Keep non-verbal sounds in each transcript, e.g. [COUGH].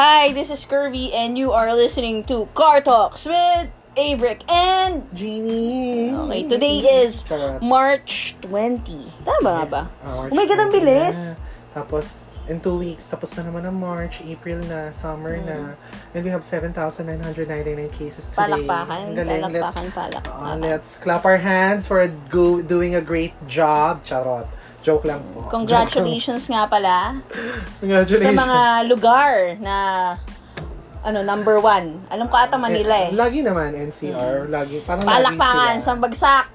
Hi, this is Curvy, and you are listening to Car Talks with Averick and... Genie! Okay, today is Charot. March 20. Tama nga ba? Ah, March Oh my God, ang 20 bilis! na. Tapos, in two weeks, tapos na naman ang March, April na, summer na. Hmm. And we have 7,999 cases today. Palakpakan, Ang galing. Let's- palakpakan, palakpakan. Ah, let's clap our hands for go, doing a great job. Charot. Joke lang po. Congratulations nga pala Joke lang. sa Congratulations. mga lugar na ano number one. Alam ko ata Manila eh. Eh, Hmm. Lagi naman, NCR. Lagi, parang Palakpakan, lagi sila. sa bagsak.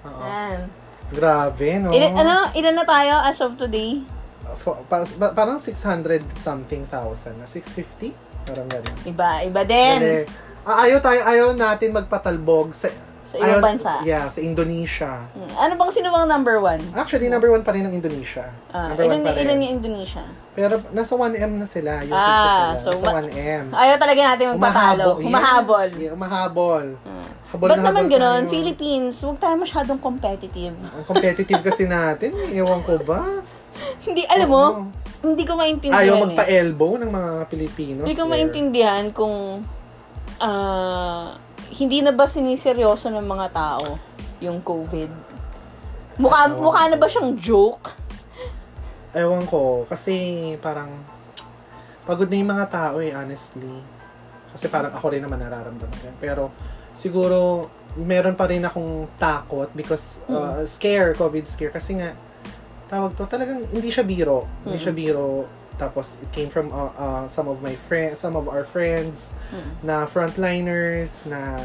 ah. Oo. Yan. Grabe, no? Ilan, ano, ilan na tayo as of today? For, pa- pa- parang 600 something thousand. na 650? Parang ganun. Iba, iba din. Dali. Ah, ayaw tayo, ayaw natin magpatalbog sa... Sa ibang bansa. Yeah, sa Indonesia. Ano bang sino bang number one? Actually, number one pa rin ang Indonesia. Ah, number ilan, one pa rin. ilan yung Indonesia? Pero nasa 1M na sila. Yung Ah, pizza sila. so nasa ma- 1M. Ayaw talaga natin magpatalo. Humahabo- Humahabol. Ah. Yes, yeah, humahabol. Habol Ba't na naman habol ganun? tayo. Philippines, huwag tayo masyadong competitive. Ang competitive kasi natin. eh, Ewan ko ba? [LAUGHS] Ano? hindi, alam mo, hindi ko maintindihan Oh, Ayaw eh. magpa-elbow ng mga Pilipinos. Hindi ko eh. maintindihan kung ah, hindi na ba siniseryoso ng mga tao yung COVID. Mukha, mukha na ba siyang joke? Ewan ko. Kasi parang pagod na yung mga tao eh, honestly. Kasi parang ako rin naman nararamdaman ko. yun. Pero siguro meron pa rin akong takot because uh, scare, COVID scare. Kasi nga, tawag to, talagang hindi siya biro. Hindi siya biro. Tapos it came from uh, uh, some of my friends, some of our friends na frontliners na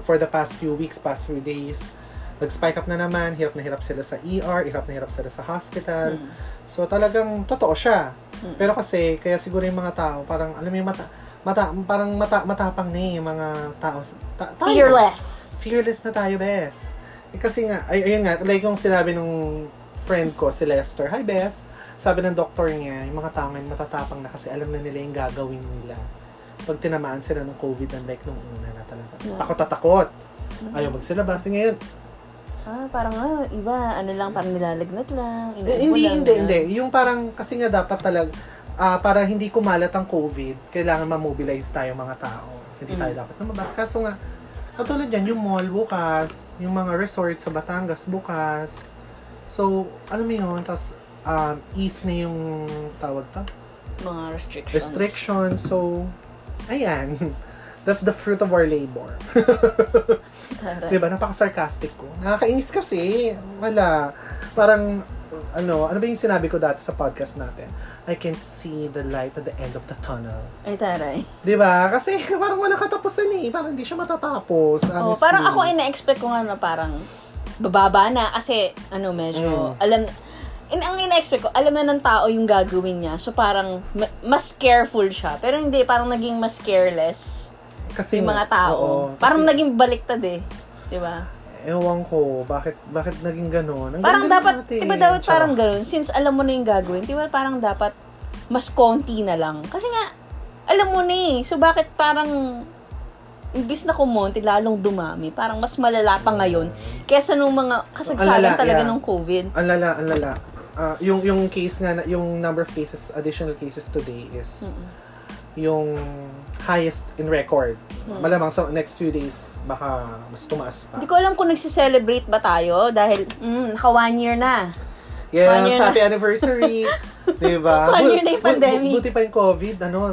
for the past few weeks, past few days, nag-spike up na naman, hirap na hirap sila sa ER, hirap na hirap sila sa Hmm. hospital. So talagang totoo siya. Pero kasi, kaya siguro yung mga tao, parang alam mo yung mata, mata parang mata, matapang na eh, yung mga tao. Ta- tayo. Fearless. Fearless na tayo, bes. Eh, kasi nga, ay, ayun nga, like yung sinabi nung friend ko, si Lester, Hi, bes. Sabi ng doktor niya, yung mga tao ngayon matatapang na kasi alam na nila yung gagawin nila. Pag tinamaan sila ng COVID, unlike nung una na talaga. Takot na takot. Ayaw magsilabas. Eh, Ngayon, Ah, parang ah, iba, ano lang, parang nilalagnat lang. inuubo Eh, hindi, lang, hindi, ganun. hindi. Yung parang, kasi nga dapat talaga, ah, para hindi kumalat ang COVID, kailangan ma-mobilize tayo mga tao. Hindi tayo dapat lumabas. Kaso nga, katulad yan, yung mall bukas, yung mga resort sa Batangas bukas. So, alam mo yun, tapos um, ease na yung tawag to? Mga restrictions. Restriction. So, ayan. [LAUGHS] That's the fruit of our labor. Taray. Diba? Napaka-sarcastic ko. Nakakainis kasi. Wala. Parang, ano, ano ba yung sinabi ko dati sa podcast natin? I can see the light at the end of the tunnel. Ay, taray. Diba? Kasi [LAUGHS] parang wala katapusan eh. Parang hindi siya matatapos. Oh, Honestly. parang ako ay na-expect ko nga na parang bababa na kasi ano medyo Mm. alam in, ang ina-expect ko alam na ng tao yung gagawin niya so parang ma- mas careful siya pero hindi parang naging mas careless kasi yung nga, mga tao oo, parang kasi, naging baliktad eh 'di ba Ewan ko, bakit, bakit naging ganun? Ang parang ganda dapat natin. eh. 'di ba dapat Charot. parang ganoon since alam mo na yung gagawin 'di ba parang dapat mas konti na lang kasi nga alam mo na eh so bakit parang imbis na kumonti, lalong dumami. Parang mas malala pa ngayon kesa nung mga kasagsagan Alala, talaga yeah. ng COVID. Ang lala, ang lala. Ah, yung yung case nga na- yung number of cases additional cases today is yung highest in record. Malamang sa next few days baka mas tumaas Mm. pa. Hindi ko alam kung nagsiselebrate ba tayo dahil mm, naka one year na. one year Yes, happy [LAUGHS] anniversary. 'Di ba? One Bu- year na yung bu- bu- pandemic. Mm. Buti pa yung COVID, ano?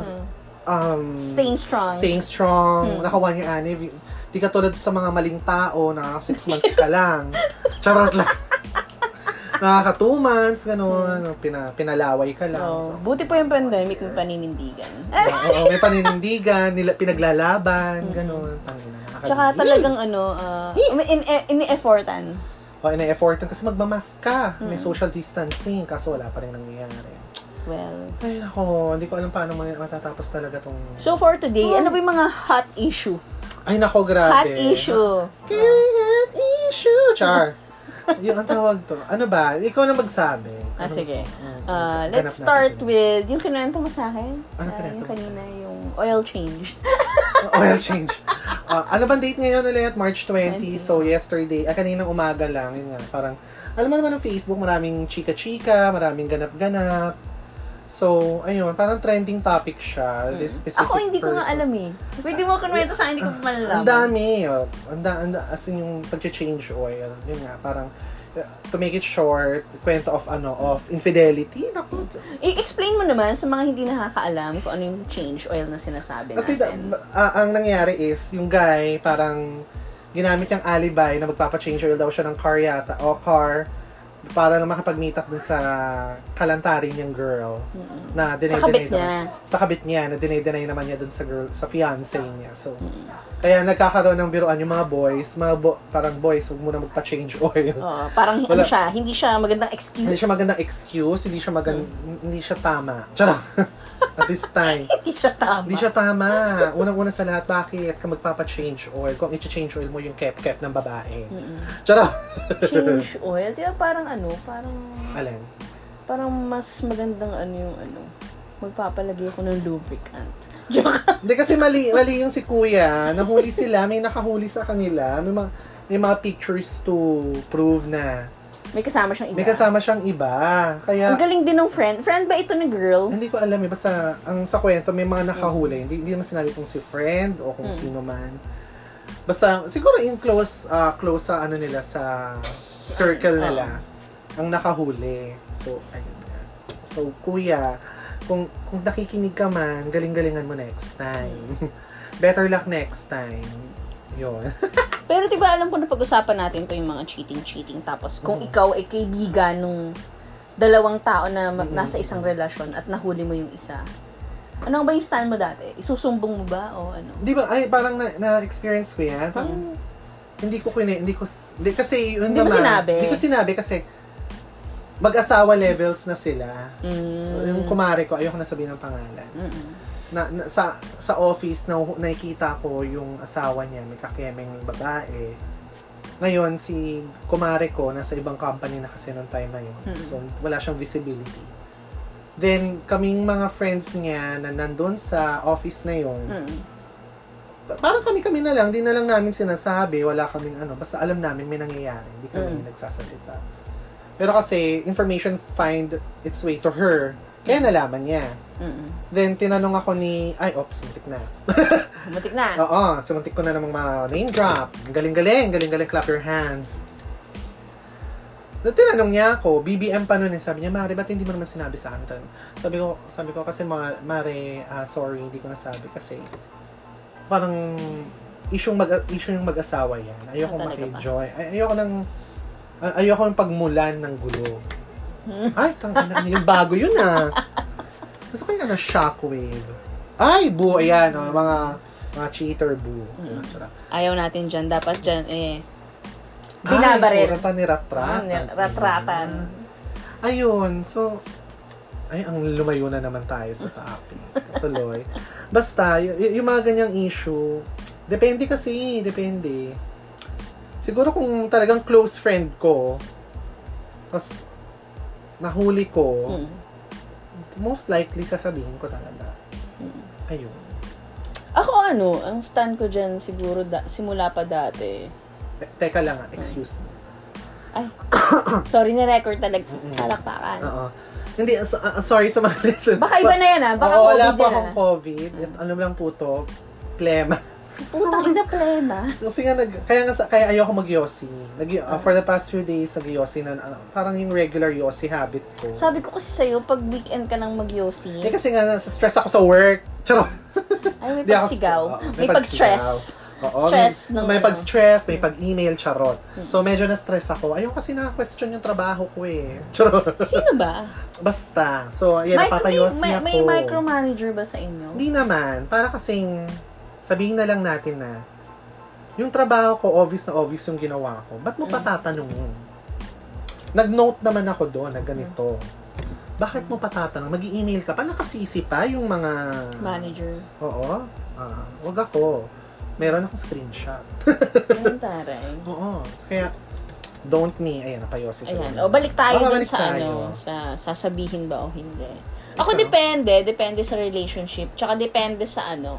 Um Staying strong. Mm. staying strong, naka one year anniv. Di ka tulad sa mga maling tao na [LAUGHS] six months ka lang. Charot lang. Nakaka two months, Mm. gano'n. Pina, pinalaway ka lang. Oh, buti po yung pandemic ng paninindigan. Eh, Oo, may paninindigan, nila, pinaglalaban, gano'n. Tangina, nakakadilig. Mm. Tsaka talagang ano, uh, in, in, ini-effortan. O, ina-effortan kasi magbamask ka. May Mm. social distancing, kaso wala pa rin nangyayari. Well, Ay, nako, hindi ko alam paano may- matatapos talaga tong... so for today, ano ba yung mga hot issue? Ay, nako, Hot grabe. issue. Kaya hot issue, char. yung ang tawag to. Ano ba? Ikaw na magsabi. Ah, Ano sige. magsabi? Mm, Uh, ganap let's natin start yun. with yung kinuwento mo sa akin. Ano Ah, kinuwento yung mo sa kanina, yung oil change. Oil change. Ah, ano bang date ngayon ulit? March 20. 20. So, yesterday, ah, kaninang umaga lang. Yun nga, parang, alam mo naman ng Facebook, maraming chika-chika, maraming ganap-ganap. So, ayun, parang trending topic siya. This [LAUGHS] Hmm. specific Ako hindi ko nga person. alam eh. Pwede mo kunwento sa akin, hindi ko malalaman. Ang dami. oh. Ang da, ang da, as in yung pag-change oil. Yun nga, parang uh, to make it short, kwento of ano, of infidelity. Naku. I-explain mo naman sa mga hindi nakakaalam kung ano yung change oil na sinasabi Kasi da- natin. ah, ang nangyari is, yung guy, parang ginamit niyang alibi na magpapa-change oil daw siya ng car yata, o car, para na makapag-meet up dun sa kalantari niyang girl na dinay Sa kabit niya. sa kabit niya na dinay naman niya dun sa girl sa fiancé niya so kaya nagkakaroon ng biruan yung mga boys mga bo- parang boys huwag muna magpa-change oil Oo, parang ano Wala. siya, hindi siya magandang excuse. hindi siya magandang excuse hindi siya magan Mm. hindi siya tama charot [LAUGHS] at this time [LAUGHS] Hindi siya tama. Hindi siya tama. Unang-una sa lahat, bakit ka magpapa-change oil? Kung i-change oil mo yung kep-kep ng babae. Charot! [LAUGHS] change oil. Di ba parang ano, parang, Alin? parang mas magandang ano yung ano, magpapalagay ako ng lubricant. Joke. Hindi kasi mali, mali yung si kuya. Nahuli sila, may nakahuli sa kanila. May mga, may mga pictures to prove na May kasama siyang iba. may kasama siyang iba. Kaya Ang galing din ng friend. Friend ba ito ni girl? hindi ko alam eh basta ang sa kwento may mga nakahuli. Hindi hindi naman sinabi kung si friend o kung sino man. Basta siguro in close ah, close sa ano nila sa circle nila ang nakahuli. So ayun. nga. So kuya, kung kung nakikinig ka man, galing-galingan mo next time. [LAUGHS] Better luck next time. Yun. Pero di ba alam ko na pag-usapan natin to yung mga cheating-cheating. Tapos kung Mm-hmm. ikaw ay kaibigan nung dalawang tao na ma- Mm-hmm. nasa isang relasyon at nahuli mo yung isa. Ano ba yung stand mo dati? Isusumbong mo ba o ano? Di ba, ay, parang na, na-experience ko yan. Parang, hindi ko kine, hindi ko, s- hindi, kasi Hmm. yun Hindi mo naman. sinabi. Hindi ko sinabi kasi, mag-asawa levels na sila. Hmm. Yung kumare ko, ayoko na sabihin ng pangalan. Na, na- sa, sa office, na, nakikita ko yung asawa niya, may kakemeng babae. Ngayon, si kumare ko, nasa ibang company na kasi nung time na yun. So, wala siyang visibility. Then, kaming mga friends niya na nandun sa office na yun, Mm. Pa- parang kami-kami na lang, di na lang namin sinasabi, wala kaming ano, basta alam namin may nangyayari, hindi kami nagsasalita. Pero kasi, information find its way to her. Kaya nalaman niya. Mm. Then, tinanong ako ni, ay, ops, muntik na. Butik na. Oo, sumuntik ko na namang mga name drop. Ang Galing-galing, galing-galing, clap your hands. Na tinanong niya ako, BBM pa nun eh. Sabi niya, Mare, ba't hindi mo naman sinabi sa akin? Tan- Sabi ko, sabi ko kasi, "Ma- Mare, ah, sorry, hindi ko nasabi kasi parang issue mag issue yung mag-asawa yan. Ayoko Ah, talaga ba? maki-joy. Ay- ayoko ng ay- ayoko ng pagmulan ng gulo. Hmm. Ay, [LAUGHS] tangina ano yung bago yun ah. Gusto ko yung ano, shockwave. Ay, boo, ayan, oh, mga mga cheater boo. Hmm. Ayun, charot. Ayaw natin dyan. Dapat dyan eh. Ay, Binabaril. kurata ni Ratratan. Ah, ratratan. Mm-hmm. Ayun, so, ay, ang lumayo na naman tayo sa topic. Tuloy. Basta, y- y- yung mga ganyang issue, depende kasi, depende. Siguro kung talagang close friend ko, tapos nahuli ko, Mm. most likely sasabihin ko talaga. Hmm. Ayun. Ako ano, ang stand ko dyan siguro da- simula pa dati. Te- teka lang, ah, excuse me. Ay, [COUGHS] sorry na record talaga. Talakpakan. Oo. Hindi, so- ah, sorry sa mga [LAUGHS] listeners. Baka iba na yan ah. Baka Oo, wala COVID pa yan akong ah. COVID. At alam lang po to, plema. Putang ina plema. Kasi nga, nag, kaya nga sa, kaya ayoko mag-yossi. Nag, ah, for the past few days, nag-yossi na, ah, parang yung regular yossi habit ko. Sabi ko kasi sa'yo, pag weekend ka nang magyosi, eh, kasi nga, nasa stress ako sa work. Charot! ay may Di ako- pagsigaw, oo, may, pag-stress. pagsigaw. Oo, Stress may, ng ano. may Mm. pag-stress, may pag-email, charot. So, medyo na-stress ako. Ayun kasi na-question yung trabaho ko eh. Charot. [LAUGHS] Sino ba? Basta. So, ayan, Micro- napapayossi may, ako. may, may micromanager ba sa inyo? Hindi naman. Para kasing, sabihin na lang natin na, yung trabaho ko, obvious na obvious yung ginawa ko. Ba't mo Mm. patatanungin? Nag-note naman ako doon na ganito. Mm. Bakit mo patatanong? mag email ka pa? Nakasisi pa yung mga... Manager. Oo. Ah, wag ako. Meron akong screenshot. [LAUGHS] Ayun, taray. Oo. So, kaya, don't me. Ayan, napayosi ko. Ayan. O, balik tayo Oo, dun balik sa tayo. ano, sa sasabihin ba o hindi. Ako depende. Depende sa relationship. Tsaka depende sa ano.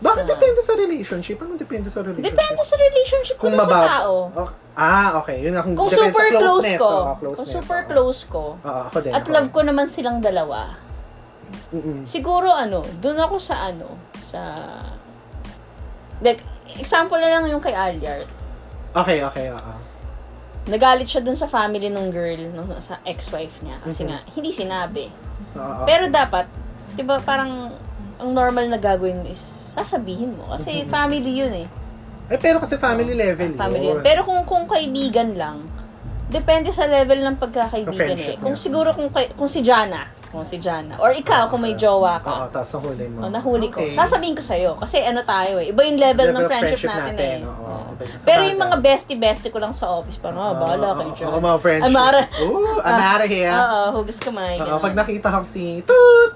Bakit sa- depende sa relationship? Ano depende sa relationship? Depende sa relationship ko kung dun sa mababa. tao. Ok- Ah, okay. Yun nga, kung, Kung depende super sa close closeness. ko. Oo, kung closeness, super oo. close ko. Oo, ako din. At ako love din. ko naman silang dalawa. Mm-mm. Siguro ano, doon ako sa ano, sa... Like, example na lang yung kay Alyard. Okay, okay, oo. Nagalit siya dun sa family ng girl, nung sa ex-wife niya. Mm-hmm. Kasi nga, hindi sinabi. Oo. Pero dapat, di ba parang ang normal na gagawin is sasabihin mo. Kasi family yun eh. Ay, pero kasi Mm-hmm. family level Family yun. yun. Pero kung, kung kaibigan lang, depende sa level ng pagkakaibigan eh. Friendship Kung niya. siguro kung, kay- kung si Jana, kung si Jana, or ikaw kung Ah. may jowa ka, Oo, tapos nahuli mo. o, Oh, nahuli ko, Ah, Okay. sasabihin ko sa'yo. Kasi ano tayo eh, iba yung level, Level ng of friendship, friendship natin, natin, eh. oo. Oo. Iba yung sa Pero yung bagay. Ah, mga bestie-bestie ko lang sa office, parang, oh, bahala kayo dyan. Oo, mga friendship. Amara. Ooh, amara here. Oo, hugas kamay. Oo, ganun. Hmm. pag nakita ko si Toot,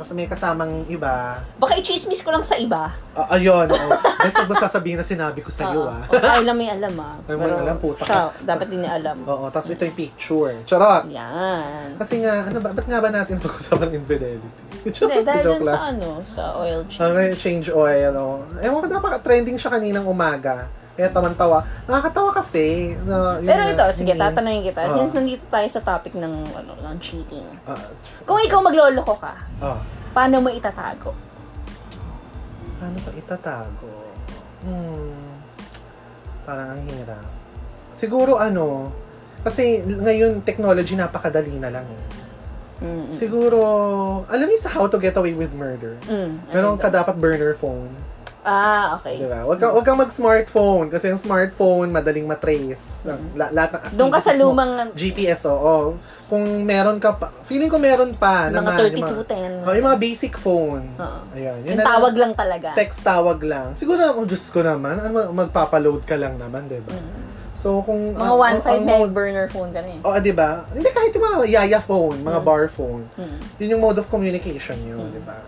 kasi may kasamang iba, Baka i-chismis ko lang sa iba. Ah, ayun. Oh. Best of sasabihin na sinabi ko sa Oo. iyo, ah. [LAUGHS] O, alam may alam ah. Ay, may alam, puta ka. Oh. Siya, dapat din niya [LAUGHS] alam. Oo, tapos ito yung picture. Charot! Yan. Kasi nga, ano ba, ba't nga ba natin [LAUGHS] pag-usapan ng infidelity? Hindi, Joke, dahil dun joke sa lang. ano, sa oil change. Okay, change oil, oh. Ewan ko, napaka-trending siya kaninang umaga. Kaya taman-tawa. Nakakatawa kasi. na yung Pero mga ito, sige, memes. tatanungin kita. Oo. Since nandito tayo sa topic ng, ano, ng cheating. Ah, Kung ikaw magloloko ka, ah. paano mo itatago? Paano ko itatago? Hmm. Parang ang hirap. Siguro ano, kasi ngayon technology napakadali na lang eh. Mm, Siguro, alam niyo sa How to Get Away with Murder? Mm, Meron ka dapat burner phone. Ah, okay. Di ba? Huwag kang, huwag kang mag-smartphone kasi yung smartphone madaling matrace. La, lahat ng Mm-hmm. Doon ka sa activities mo. lumang- GPS, oo. Kung meron ka pa, feeling ko meron Mga pa. naman, yung 3210. mga- Oh, yung mga basic phone. Oo. Ayan. yun Yung na- tawag lang talaga. text tawag lang. Siguro, oh, Diyos ko naman, ano, magpapaload ka lang naman, di ba? So, kung... Mm-hmm. Mga ang- one ang- Oh, side ang may mode- burner phone ka na eh. Oo, di ba? Hindi, kahit yung mga yaya phone, mga bar phone. Yun yung mode of communication yun, di ba?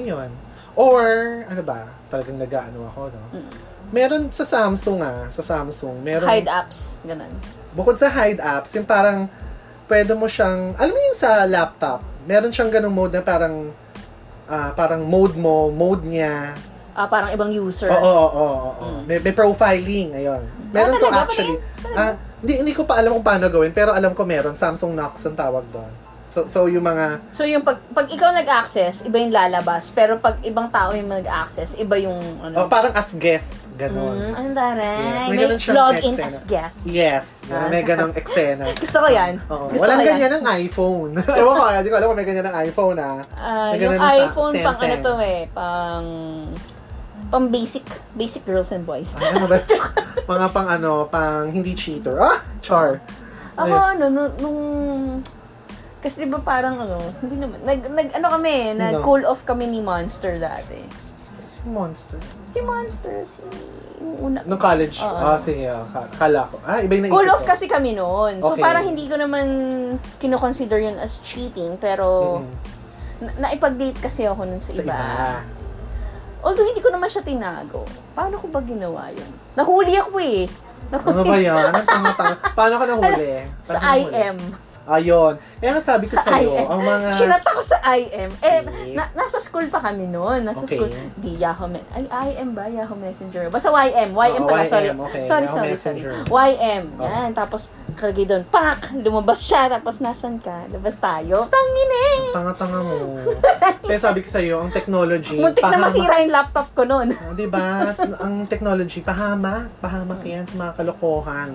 Yun. Or, ano ba? Talagang nag-ano ako, no? Meron sa Samsung ah, sa Samsung, meron Hide apps, ganun. bukod sa hide apps, yung parang pwede mo siyang, alam mo yung sa laptop, meron siyang ganung mode na parang ah, parang mode mo, mode niya, Ah, parang ibang user. Oo, oo, oo. oo. May, may profiling, ayun. Meron Hmm. ano to talaga? Pala actually. Ah, hindi, hindi ko pa alam kung paano gawin, pero alam ko meron. Samsung Knox ang tawag doon. So, so yung mga, So yung pag, pag ikaw nag-access, iba yung lalabas. Pero pag ibang tao yung nag-access, iba yung oh, ano. parang as guest, Mm, ganon. ano taray? Yes, may May, ganun siyang log in eksena. as guest. Yes, Ah. may ganong eksena. [LAUGHS] Gusto ko yan. Oo. Gusto Walang ko yan. ganyan ng iPhone. [LAUGHS] Ewan ko, hindi ko alam kung may ganyan ng iPhone ah. Ah, May yung ganun sa iPhone, pang ano Samsung. to eh, pang pang basic, basic girls and boys. Ano [LAUGHS] ba? mga pang ano, pang hindi cheater. Ah, char. Ako ano, nung, nung kasi di ba parang ano, hindi naman, nag, nag ano kami, eh, nag cool off kami ni Monster dati. Si monster. Si Monster, si, yung una. Nung college. Ah, sige. ah, ka- kala ko. Ah, iba yung naisip Cool off ko. kasi kami noon. So Okay. parang hindi ko naman kinoconsider yun as cheating, pero na- naipag-date kasi ako nun Sa iba. Although hindi ko naman siya tinago. Paano ko ba ginawa yun? Nahuli ako eh. Nahuli. Ano ba yan? Ano Ang tanga-tanga. Paano ka nahuli? Paano [LAUGHS] Sa ka nahuli? IM. Ayun. Kaya nga sabi ko Sa sa'yo, IM. ang mga... Chinat ako sa IM. Eh, See? na- nasa school pa kami noon. Nasa Okay. school. Di, Yahoo Men. Ay, IM ba? Yahoo Messenger. Basta YM. YM Oo, pala. YM, sorry. Ah, okay. Sorry, Yahoo sorry, Messenger. Oh. sorry. YM. Yan. Tapos, kalagay doon. Pak! Lumabas siya. Tapos, nasan ka? Labas tayo. Tangin eh! Tanga-tanga mo. Kaya sabi ko sa'yo, ang technology... Muntik na pahama- masira yung laptop ko noon. [LAUGHS] Ah, diba? [LAUGHS] ang technology, pahama. Pahamak yan sa mga kalokohan.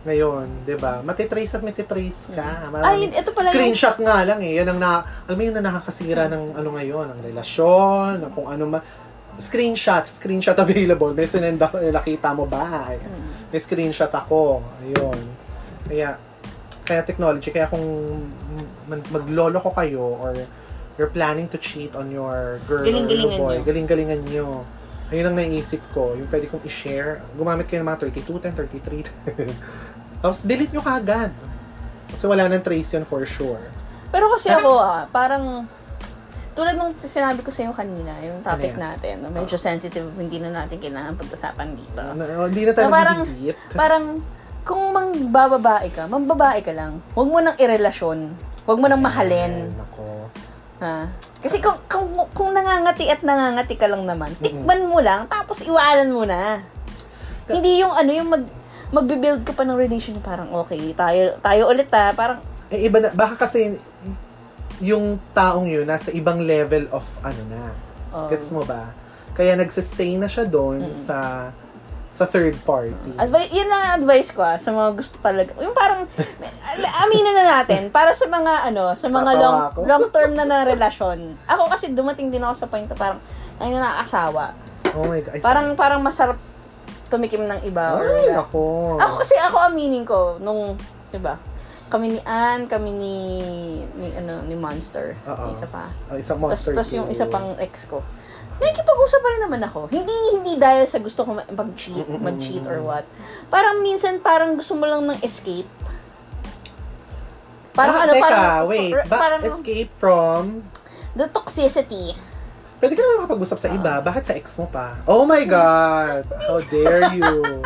Ngayon, di ba? Matitrace at matitrace ka. Maraming- Ay, ito pala yung- Screenshot nga lang eh. Yan ang na... Alam mo yun na nakakasira ng ano ngayon, ng relasyon, ng kung ano ma... Screenshot, screenshot available. May sinenda ko, eh, nakita mo ba? Ayan. Hmm. May screenshot ako. Ayun. Kaya, kaya technology, kaya kung man- maglolo ko kayo or you're planning to cheat on your girl Galing-galingan or your boy, nyo. galing-galingan nyo. Ayun ang naisip ko, yung pwede kong i-share. Gumamit kayo ng mga [LAUGHS] 32, 10, 33. Tapos delete nyo kaagad. Kasi wala nang trace yun for sure. Pero kasi ako, ah, parang, tulad nung sinabi ko sa iyo kanina, yung topic Yes. natin, no, medyo sensitive, hindi na natin kailangan pag-usapan dito. Na- Hindi na Na tayo parang, [LAUGHS] nagdi-delete. [LAUGHS] parang, kung mangbababae ka, mambabae ka lang. Huwag mo nang irelasyon. Huwag mo nang mahalin. Nako. Ha? Kasi kung, kung, kung nangangati at nangangati ka lang naman, tikman mo lang, tapos iwanan mo na. Hindi yung ano, yung mag, magbe-build ka pa ng relation, parang okay, tayo, tayo ulit ha, parang Eh, iba na, baka kasi yung taong yun nasa ibang level of ano na. Oh. Gets mo ba? Kaya nagsistay na siya doon sa sa third party. Advice, yun lang ang advice ko ah, sa mga gusto talaga. Yung parang, [LAUGHS] al- aminin na natin, para sa mga ano, sa mga Tatawa long, ako. long term na na relasyon. Ako kasi dumating din ako sa point na parang, ay na asawa. oh my God. Ay, Parang, parang masarap tumikim ng iba. or Ay, wala. nako. Ako kasi ako aminin ko, nung, diba, kami ni Ann, kami ni, ni ano, ni Monster. Oo. Isa pa. Oh, isang Tapos, monster. tapos yung too. isa pang ex ko. Nakikipag-usap pa rin naman ako. Hindi hindi dahil sa gusto ko ma- mag-cheat, mag-cheat or what. Parang minsan parang gusto mo lang ng escape. Parang Ah, ano, teka, parang, wait. r- Ba- parang escape from... the toxicity. Pwede ka naman makapag-usap sa iba. Ah. Bakit sa ex mo pa? Oh my God! How dare you!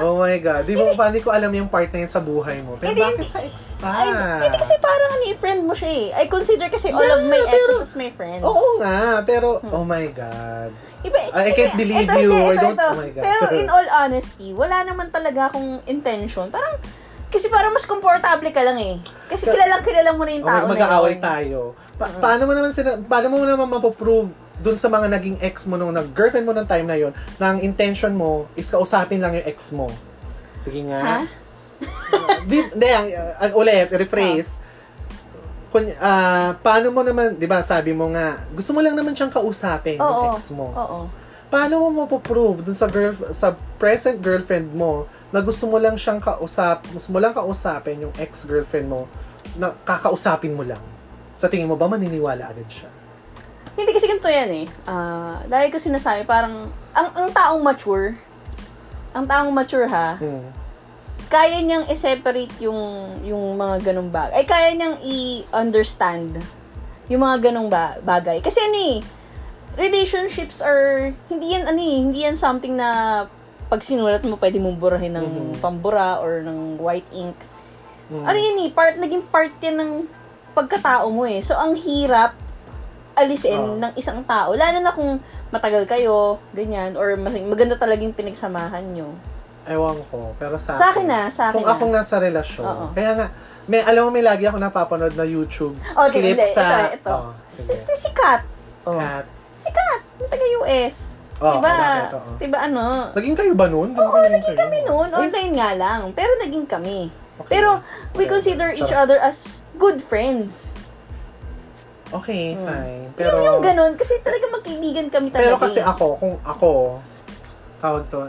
Oh my God. Di mo pa, hindi ko alam yung part na yun sa buhay mo. Pero Hindi, bakit hindi. sa ex pa? Ay, hindi kasi parang ano, eh, friend mo siya eh. I consider kasi all of my Yeah, exes pero- as my friends. Oo nga, pero Hmm. oh my God. Iba, I can't hindi, believe ito, you. hindi, I ito, don't- ito. oh my God. Pero in all honesty, wala naman talaga akong intention. Parang, kasi parang mas komportable ka lang eh. Kasi kilalang kilala mo na yung Oh my, tao na mag-aaway yun. Hmm. tayo. Pa- Paano mo naman sila, paano mo naman mapoprove dun sa mga naging ex mo nung nag-girlfriend mo nung time na yon na ang intention mo is kausapin lang yung ex mo. Sige Ha? nga. di, di, ang, ang ulit, Ah. rephrase. Kun, ah, paano mo naman, di ba sabi mo nga, gusto mo lang naman siyang kausapin Oo. yung ex mo. Oo. Paano mo mapoprove dun sa girl sa present girlfriend mo na gusto mo lang siyang kausap, gusto mo lang kausapin yung ex-girlfriend mo na kakausapin mo lang. Sa tingin mo ba maniniwala agad siya? Hindi kasi ganito yan eh. Ah, lagi ko sinasabi, parang, ang, ang taong mature, ang taong mature ha, Hmm. kaya niyang i-separate yung, yung mga ganong bagay. Ay, kaya niyang i-understand yung mga ganong ba- bagay. Kasi ano eh, relationships are, hindi yan ano eh, hindi yan something na pag sinulat mo, pwede mong burahin ng pambura or ng white ink. Ano yun eh, part, naging part yan ng pagkatao mo eh. So, ang hirap alisin Ah. ng isang tao. Lalo na kung matagal kayo, ganyan, or mas- maganda talaga yung pinagsamahan nyo. Ewan ko. Pero sa, Sa akin na, sa akin Kung na. akong nasa relasyon. Oo. Kaya nga, may, alam mo, may lagi ako napapanood na YouTube Oh, okay, clip hindi. sa... Ito, ito. Oh, si, sige. si Kat. Oh. At, Si Kat. yung Taga-US. Oo, diba? oo, bakit? Oo. Diba ano? naging kayo ba nun? Oo, naging kayo? kami noon. Ay, Online nga lang. Pero naging kami. Eh? Okay. Pero we Okay. consider each Charot. other as good friends. Okay, fine. Pero, Hmm. yung, yung ganun. Kasi talaga magkaibigan kami talaga. Pero kasi eh. ako, kung ako, tawag to,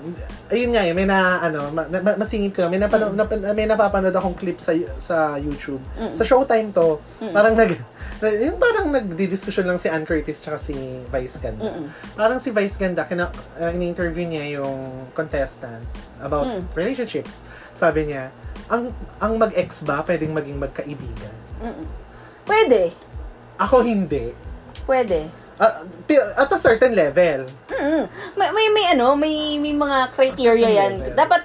ayun nga eh, may na, ano, ma, na, ma- masingit ko, may, napano, nap- may napapanood akong clip sa sa YouTube. Sa Showtime to, parang nag, na- yung parang nagdi-discussion lang si Ann Curtis tsaka si Vice Ganda. Parang si Vice Ganda, kina, uh, in-interview niya yung contestant about relationships. Sabi niya, ang ang mag-ex ba pwedeng maging magkaibigan? Pwede. Ako hindi. Pwede. Ah, pi- at a certain level. May, may, may ano, may, may mga criteria Certain yan. level. Dapat,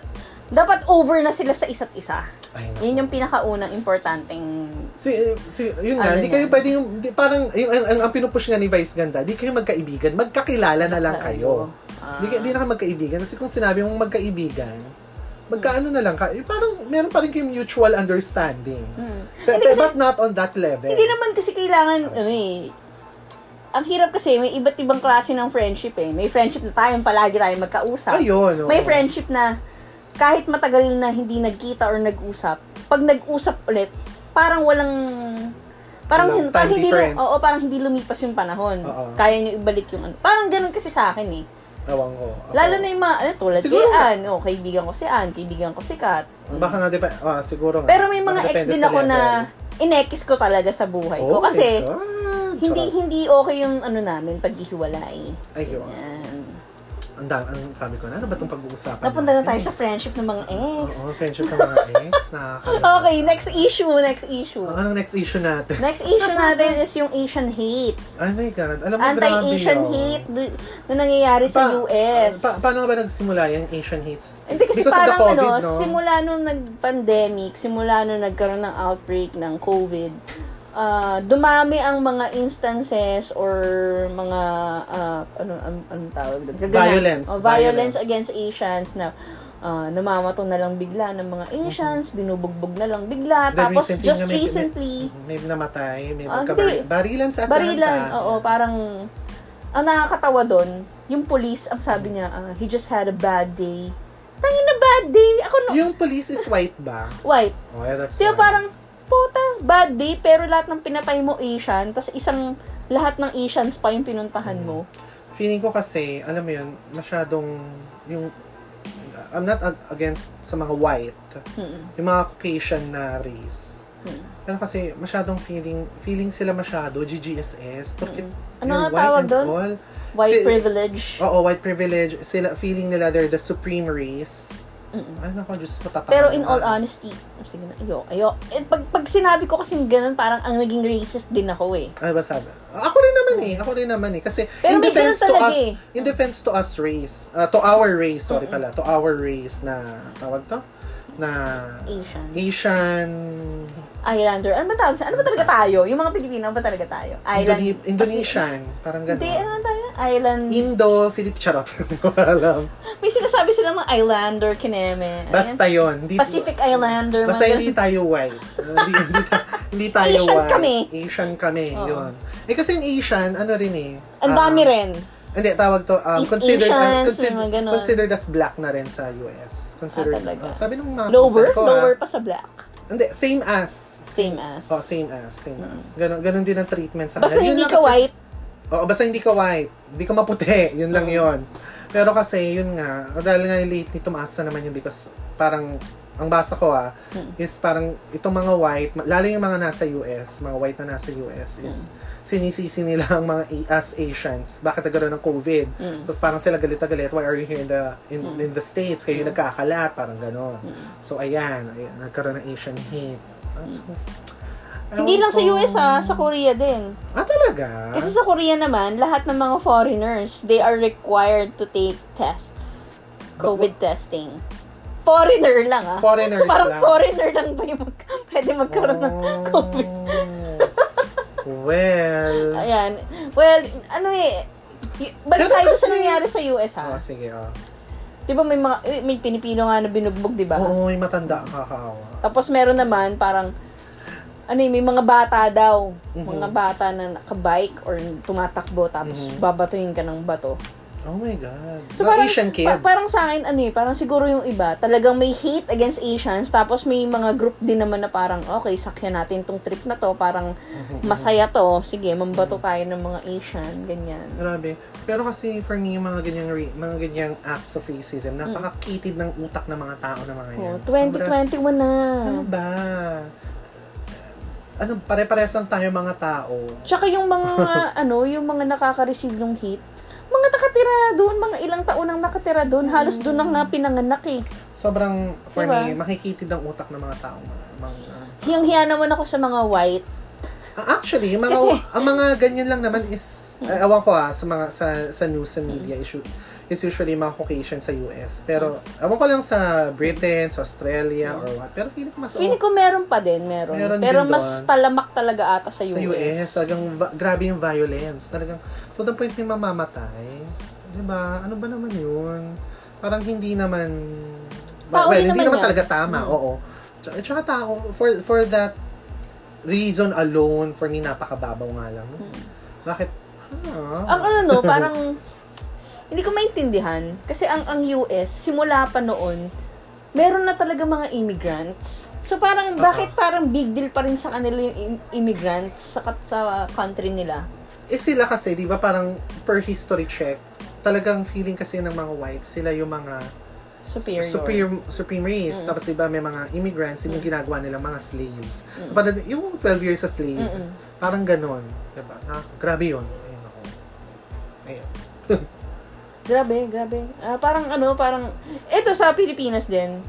dapat over na sila sa isa't isa. Ay, naku. Yun yung pinakaunang importanteng Si, si, yun nga, Ano di niya? kayo pwede yung, di, parang, yung, ang, ang, ang pinupush nga ni Vice Ganda, di kayo magkaibigan, magkakilala na lang kayo. Ah. Di, ka- di na kayo magkaibigan, kasi kung sinabi mong magkaibigan, magkaano na lang, ka, eh, parang, meron pa rin kayong mutual understanding. Pe- Hmm. Hindi pe- kasi- but not on that level. Hindi naman kasi kailangan, ano eh, ang hirap kasi, may iba't ibang klase ng friendship eh. May friendship na tayong palagi tayong magkausap. Ayun, oo. May friendship na kahit matagal na hindi nagkita or nag-usap, pag nag-usap ulit, parang walang parang, Walang hin- parang time hindi difference. oo, parang hindi lumipas yung panahon. Oo. Kaya niyo ibalik yung ano. Parang ganun kasi sa akin eh. Ewan ko. Ako. Lalo na yung mga ano, tulad Siguro kay nga. Ann, oh, kaibigan ko si Ann, kaibigan ko si Kat. Baka nga, di ba, ah, siguro nga. Pero may Baka mga ex depende din sa ako level. na inekis ko talaga sa buhay ko Oh my kasi God. hindi Charot. hindi okay yung ano namin paghihiwalay. Ayun. Yan. Ang, dami- ang sabi ko na, ano ba itong pag-uusapan Napunta na natin? tayo sa friendship ng mga ex. Oo, friendship ng mga [LAUGHS] ex, nakakalawa. Okay, next issue, next issue. Anong next issue natin? [LAUGHS] Next issue natin is yung Asian hate. Ay my God. Alam mo, grabe oh. Anti-Asian yun. hate du- na nangyayari sa Pa- US. Pa- paano ba nagsimula yung Asian hate sa Hindi kasi Because of parang the COVID, ano, no? simula nung nag-pandemic, simula nung nagkaroon ng outbreak ng COVID, ah, dumami ang mga instances or mga ah, ano ano anong tawag doon? Kagana- Violence. Oh, violence, Violence. against Asians na ah, namamato na lang bigla ng mga Asians, binubugbog na lang bigla. Then Tapos Mm-hmm. recently just nga may- recently, May namatay, may Ah, magkabari- hindi. barilan sa Atlanta. barilan, oo, parang, ang nakakatawa doon, yung police, ang sabi niya, ah, he just had a bad day. Tangin na bad day! Ako no, Yung police is white ba? white. Oh, yeah, that's Siya why. parang, puta, bad day, pero lahat ng pinatay mo Asian, tapos isang, lahat ng Asians pa yung pinuntahan mo. Feeling ko kasi, alam mo yun, masyadong, yung, I'm not ag- against sa mga white, Hmm. yung mga Caucasian na race. Ano kasi, masyadong feeling, feeling sila masyado, GGSS, porque Ano you're nga tawag and doon? all. White Si- Oh. privilege. Oo, white privilege. Sila, feeling nila they're the supreme race. Ay, naku, Diyos ko, tatawa Pero in na. all honesty, oh, sige na, ayo, ayo. Eh, pag, pag sinabi ko kasing ganun, parang ang naging racist din ako eh. Ano ba sabi? Ako rin naman eh. Ako rin naman eh. Kasi Pero in may ganun defense to talaga us, eh. in defense to us race, uh, to our race, sorry pala, to our race na, tawag to? Na Asians. Asian, Islander. Ano ba tawag sa, ano ba talaga tayo? Yung mga Pilipino, ano ba talaga tayo? Island. Indone- Indonesian, parang Kasi, hindi, ano gano'n. tayo? Island. Indo, Philip Charot. [LAUGHS] Hindi ko alam. may sinasabi silang mga Islander, Kineme. Ano Basta yan? yon Hindi, Pacific Islander. mga Basta ganun. [LAUGHS] hindi tayo white. hindi, hindi, ta- hindi tayo Asian white. kami. Asian kami. Yun. Eh kasi yung Asian, ano rin eh. Ang ah, dami rin. Hindi, tawag to, um, East considered, ah, Asians, consider- yung mga ganun. considered as black na rin sa US. Ah, Considered, talaga? ah, sabi ng mga Lower? pinsan ko, ah, Lower pa sa black. hindi, same as. Same as. Oh, same as, same as. Ganon, ganon din ang treatment sa Hmm. Basta kanila. Yun hindi lang ka kasi- white. Oo, basta hindi ka white. Hindi ka maputi. [LAUGHS] Yun lang yun. Pero kasi, yun nga, dahil nga lately tumaas na naman yun because parang, ang basa ko ah, Hmm. is parang itong mga white, ma- lalo yung mga nasa US, mga white na nasa US, is Hmm. sinisisi nila [LAUGHS] ang mga A- as Asians. Bakit nagkaroon ng COVID? Hmm. Tapos parang sila galit na galit, why are you here in the in, in the States? Kayo yung Hmm. nagkakalat, parang ganon. So ayan, ayan, nagkaroon ng Asian hate. Ah, so, Hmm. Hindi ewan lang sa ko. US ha, sa Korea din. Ah, talaga? Kasi sa Korea naman, lahat ng mga foreigners, they are required to take tests. COVID testing. Foreigner lang ah. Foreigners so parang lang. Oh. foreigner lang ba yung mag- [LAUGHS] pwede magkaroon ng COVID? well. Ayan. Well, ano eh, y- balik Pero tayo sa kasi- nangyari sa US ha. Oh, sige, oh. Di ba may mga, eh, may Pilipino nga na binugbog, di ba? Oo, may matanda ang kakawa. Tapos meron naman parang ano eh, may mga bata daw. Mhm. Mga bata na nakabike or tumatakbo tapos babatuhin ka ng bato. Oh my God. So Mhm. Mga parang, Asian kids. pa- parang sa akin, ano eh, parang siguro yung iba, talagang may hate against Asians, tapos may mga group din naman na parang, okay, sakyan natin tong trip na to, parang Mhm. masaya to, sige, mambato tayo ng mga Asian, ganyan. Grabe. Pero kasi for me, yung mga ganyang, re- mga ganyang acts of racism, napakakitid ng utak ng mga tao na mga yan. Oh, Sobrang- 2021 na. Ano ba? Ano, pare-pares lang tayo mga tao. Tsaka yung [LAUGHS] mga, ano, yung mga nakaka-receive ng hate, mga nakatira doon, mga ilang taon ang nakatira doon, halos doon na nga pinanganak eh. Sobrang, for Diba? me, makikitid ang utak ng mga tao. Mga, mga- Hiyang-hiya naman ako sa mga white, Ah, Actually, yung mga, Kasi- ang mga ganyan lang naman is, ay, awan ko ah, sa mga, sa, sa news Mm. and media issue, is usually mga Caucasian sa US. Pero, awan ko lang sa Britain, sa Australia, or what. Pero feeling ko mas feeling ko meron pa din, meron. Meron Pero din mas doon. talamak talaga ata sa sa US, talagang va- grabe yung violence. Talagang, to the point yung mamamatay. Diba? Ano ba naman yun? Parang hindi naman, Tao well, din hindi naman yan. naman Hmm. talaga tama, oo. Tsaka, tsaka tao, for, for that reason alone, for me, napakababaw nga lang. Bakit? Huh? Hmm. Ang ano [LAUGHS] no, parang hindi ko maintindihan kasi ang ang US simula pa noon meron na talaga mga immigrants. So parang bakit parang big deal pa rin sa kanila yung im- immigrants sa kat- sa country nila? eh sila kasi, di ba parang per history check, talagang feeling kasi ng mga whites, sila yung mga Superior. Mm. supreme, supreme race. Tapos di ba may mga immigrants, yun yung ginagawa nila mga slaves. Mm. Parang yung 12 years sa slave, parang ganon. Di ba? Ah, grabe yun. Ayun ako. Ayun. Grabe, grabe. Ah, parang ano, parang ito sa Pilipinas din.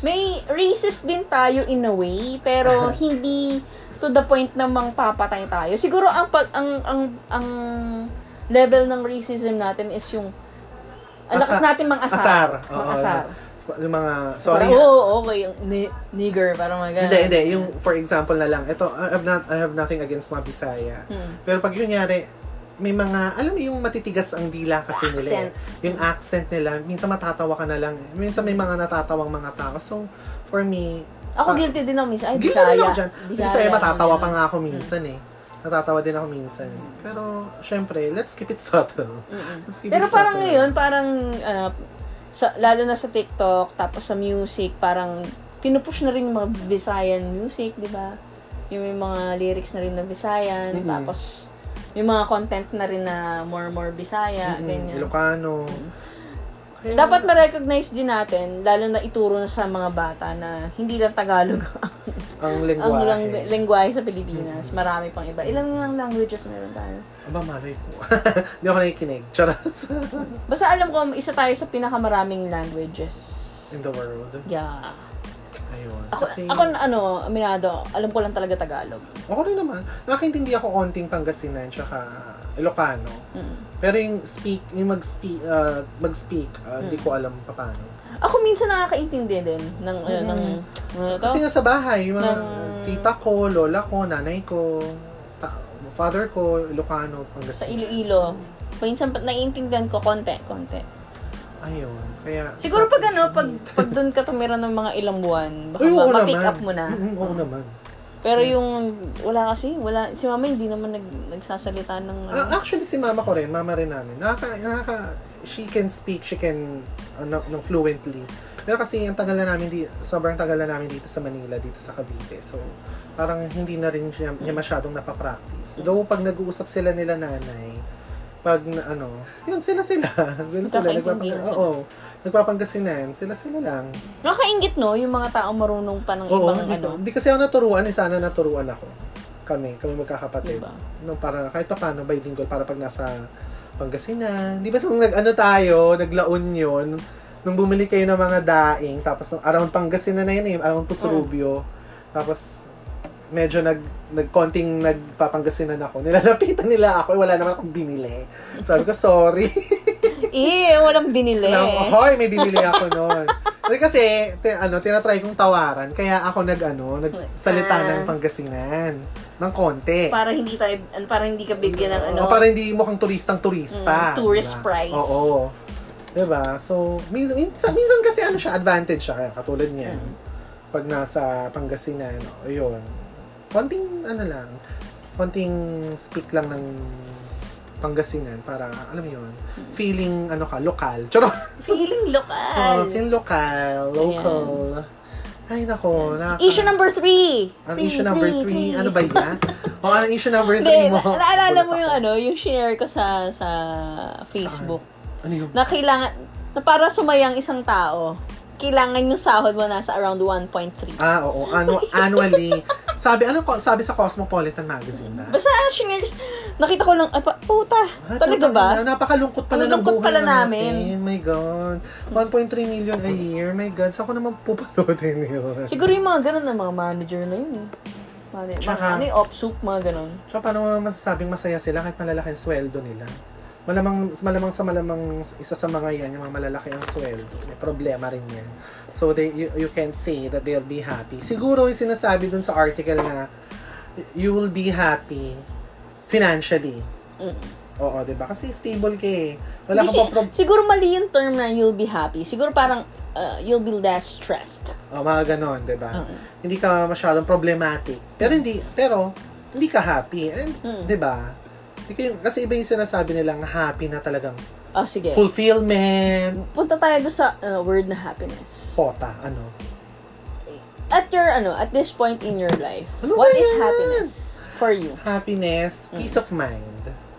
May racist din tayo in a way, [LAUGHS] pero hindi to the point na mangpapatay tayo. Siguro ang pag ang ang ang level ng racism natin is yung ang lakas Asa- natin mang asar. Asar. Oo, Mang asar. Yung mga, sorry. Parang, oo, oh, okay, yung ni- nigger, parang mga ganun. Hindi, hindi. Yung, Mm. for example na lang, ito, I have, not, I have nothing against mga Bisaya. Pero pag yun nangyari, may mga, alam mo yung matitigas ang dila kasi nila. eh. Accent. Yung accent nila, minsan matatawa ka na lang. eh. Minsan may mga natatawang mga tao. So, for me, Ako ah, guilty din ako minsan. Ay, Gila na Bisaya. lang ako dyan. Bisaya, matatawa pa nga ako minsan eh. Natatawa din ako minsan. eh. Pero, syempre, let's keep it subtle. Let's keep Pero it parang subtle. ngayon, parang, ah, sa, lalo na sa TikTok, tapos sa music, parang, pinupush na rin yung mga Visayan music, di ba? Yung may mga lyrics na rin na Visayan, Mhm. tapos, may mga content na rin na more more Bisaya, Mm, ganyan. Ilocano. Kaya, Dapat ma-recognize din natin, lalo na ituro na sa mga bata na hindi lang Tagalog ang ang lengguahe. lang, lengguwahe sa Pilipinas. Marami pang iba. Ilang lang languages meron tayo? Aba, malay ko. [LAUGHS] Hindi ako nakikinig. Charot. [LAUGHS] Basta alam ko, isa tayo sa pinakamaraming languages. In the world. Yeah. Ayun. Ako, Kasi, ako ano, aminado, alam ko lang talaga Tagalog. ako rin naman. Nakakaintindi ako onting Pangasinan tsaka Ilocano. Mm. Pero yung speak, yung mag-speak, uh, mag-speak, uh, Mm. hindi ko alam pa paano. Ako minsan nakakaintindi din ng, ano, ng, ano to? Mm-hmm. Kasi nga sa bahay, yung mga Ng- tita ko, lola ko, nanay ko, ta- father ko, Ilocano, Pangasinan. sa Iloilo. Minsan pa- naiintindihan ko konti, konti. Ayun. Kaya, Siguro pag ano, pag, pag doon ka tumira ng mga ilang buwan, baka Ay, oo ma- pick naman. ano, up mo na. Mm, oo naman. Pero yung, wala kasi, wala, si mama hindi naman nag, nagsasalita ng, ano. Ah, actually, si mama ko rin, mama rin namin. Nakaka, nakaka, she can speak, she can, ano, no, fluently. Pero kasi ang tagal na namin, di, sobrang tagal na namin dito sa Manila, dito sa Cavite. So, parang hindi na rin siya, niya masyadong napapractice. Though, pag nag-uusap sila nila nanay, pag na, ano, yun, sila sila. [LAUGHS] sila sila. Nagkakaintindihan Nagpapang, oo, nagpapanggasinan, sila sila lang. Nakakaingit, no? Yung mga tao marunong pa ng Oo, ibang, hindi, ano. ko- hindi kasi ako naturuan, eh, sana naturuan ako. Kami, kami magkakapatid. Diba? No, para kahit pa paano bilingual para pag nasa Pangasinan. Di ba nung nag-ano tayo, naglaon yun, nung bumili kayo ng mga daing, tapos nung around Pangasinan na yun eh, around Mm. Pusurubio. Tapos medyo nag nagkonting nagpapanggasinan ako. Nilalapitan nila ako, eh, wala naman akong binili. Sabi ko, sorry. Eh, walang binili. Alam ko, hoy, [LAUGHS] may bibili ako noon. Pero kasi, ti, ano, tinatry kong tawaran, kaya ako nag, ano, nagsalita Ah. ng Pangasinan. Ng konti. Para hindi tayo, ano, para hindi ka bigyan ng, ano, Oo, para hindi mukhang turistang-turista. Mm, tourist diba? price. Oo. Diba? So, minsan, minsan, minsan kasi ano siya, advantage siya. Kaya katulad niyan. Mm. Pag nasa Pangasinan, o yun. Konting, ano lang, konting speak lang ng Pangasinan para, alam mo yun, Mm. feeling, ano ka, lokal. Charo! feeling Oh, lokal. feel local, local. Ay, nako. Nakaka- Issue number three. Ang Three, issue number three, three. three. Ano ba [LAUGHS] yan? o, anong issue number Hindi, three mo? na- naalala mo Gulat yung ako. ano, yung share ko sa sa Facebook. Ano yun? Na kailangan, na para sumayang isang tao, kailangan yung sahod mo nasa around 1.3. Ah, oo. Ano, annually. sabi, ano ko, sabi sa Cosmopolitan Magazine na. Basta, shinare, nakita ko lang, ay, pa- puta, Ah, talaga tangina, ba? Napakalungkot pala ng Kalungkot buhay pala namin. namin. My God. 1.3 million a year. My God. Saan ko naman pupalutin yun? Siguro yung mga ganun na mga manager na yun eh. Mga, mga, Tsaka- ano yung opsup, mga ganun. So, paano mo masasabing masaya sila kahit malalaki ang sweldo nila? Malamang, malamang sa malamang isa sa mga yan, yung mga malalaki ang sweldo. May problema rin yan. So, they, you, you can't say that they'll be happy. Siguro yung sinasabi dun sa article na you will be happy financially. Oo, di ba? Kasi stable ka eh. Wala Hindi, kang pa si- siguro mali yung term na you'll be happy. Siguro parang uh, you'll be less stressed. O, oh, mga ganon, di ba? Hindi ka masyadong problematic. Pero hindi, pero, hindi ka happy. And, di ba? Hindi ko yung- Kasi iba yung sinasabi nilang happy na talagang Oh, sige. fulfillment, Punta tayo doon sa uh, word na happiness. pota, ano. At your, ano, at this point in your life, Ano what ba is yan? happiness for you? Happiness, peace of mind.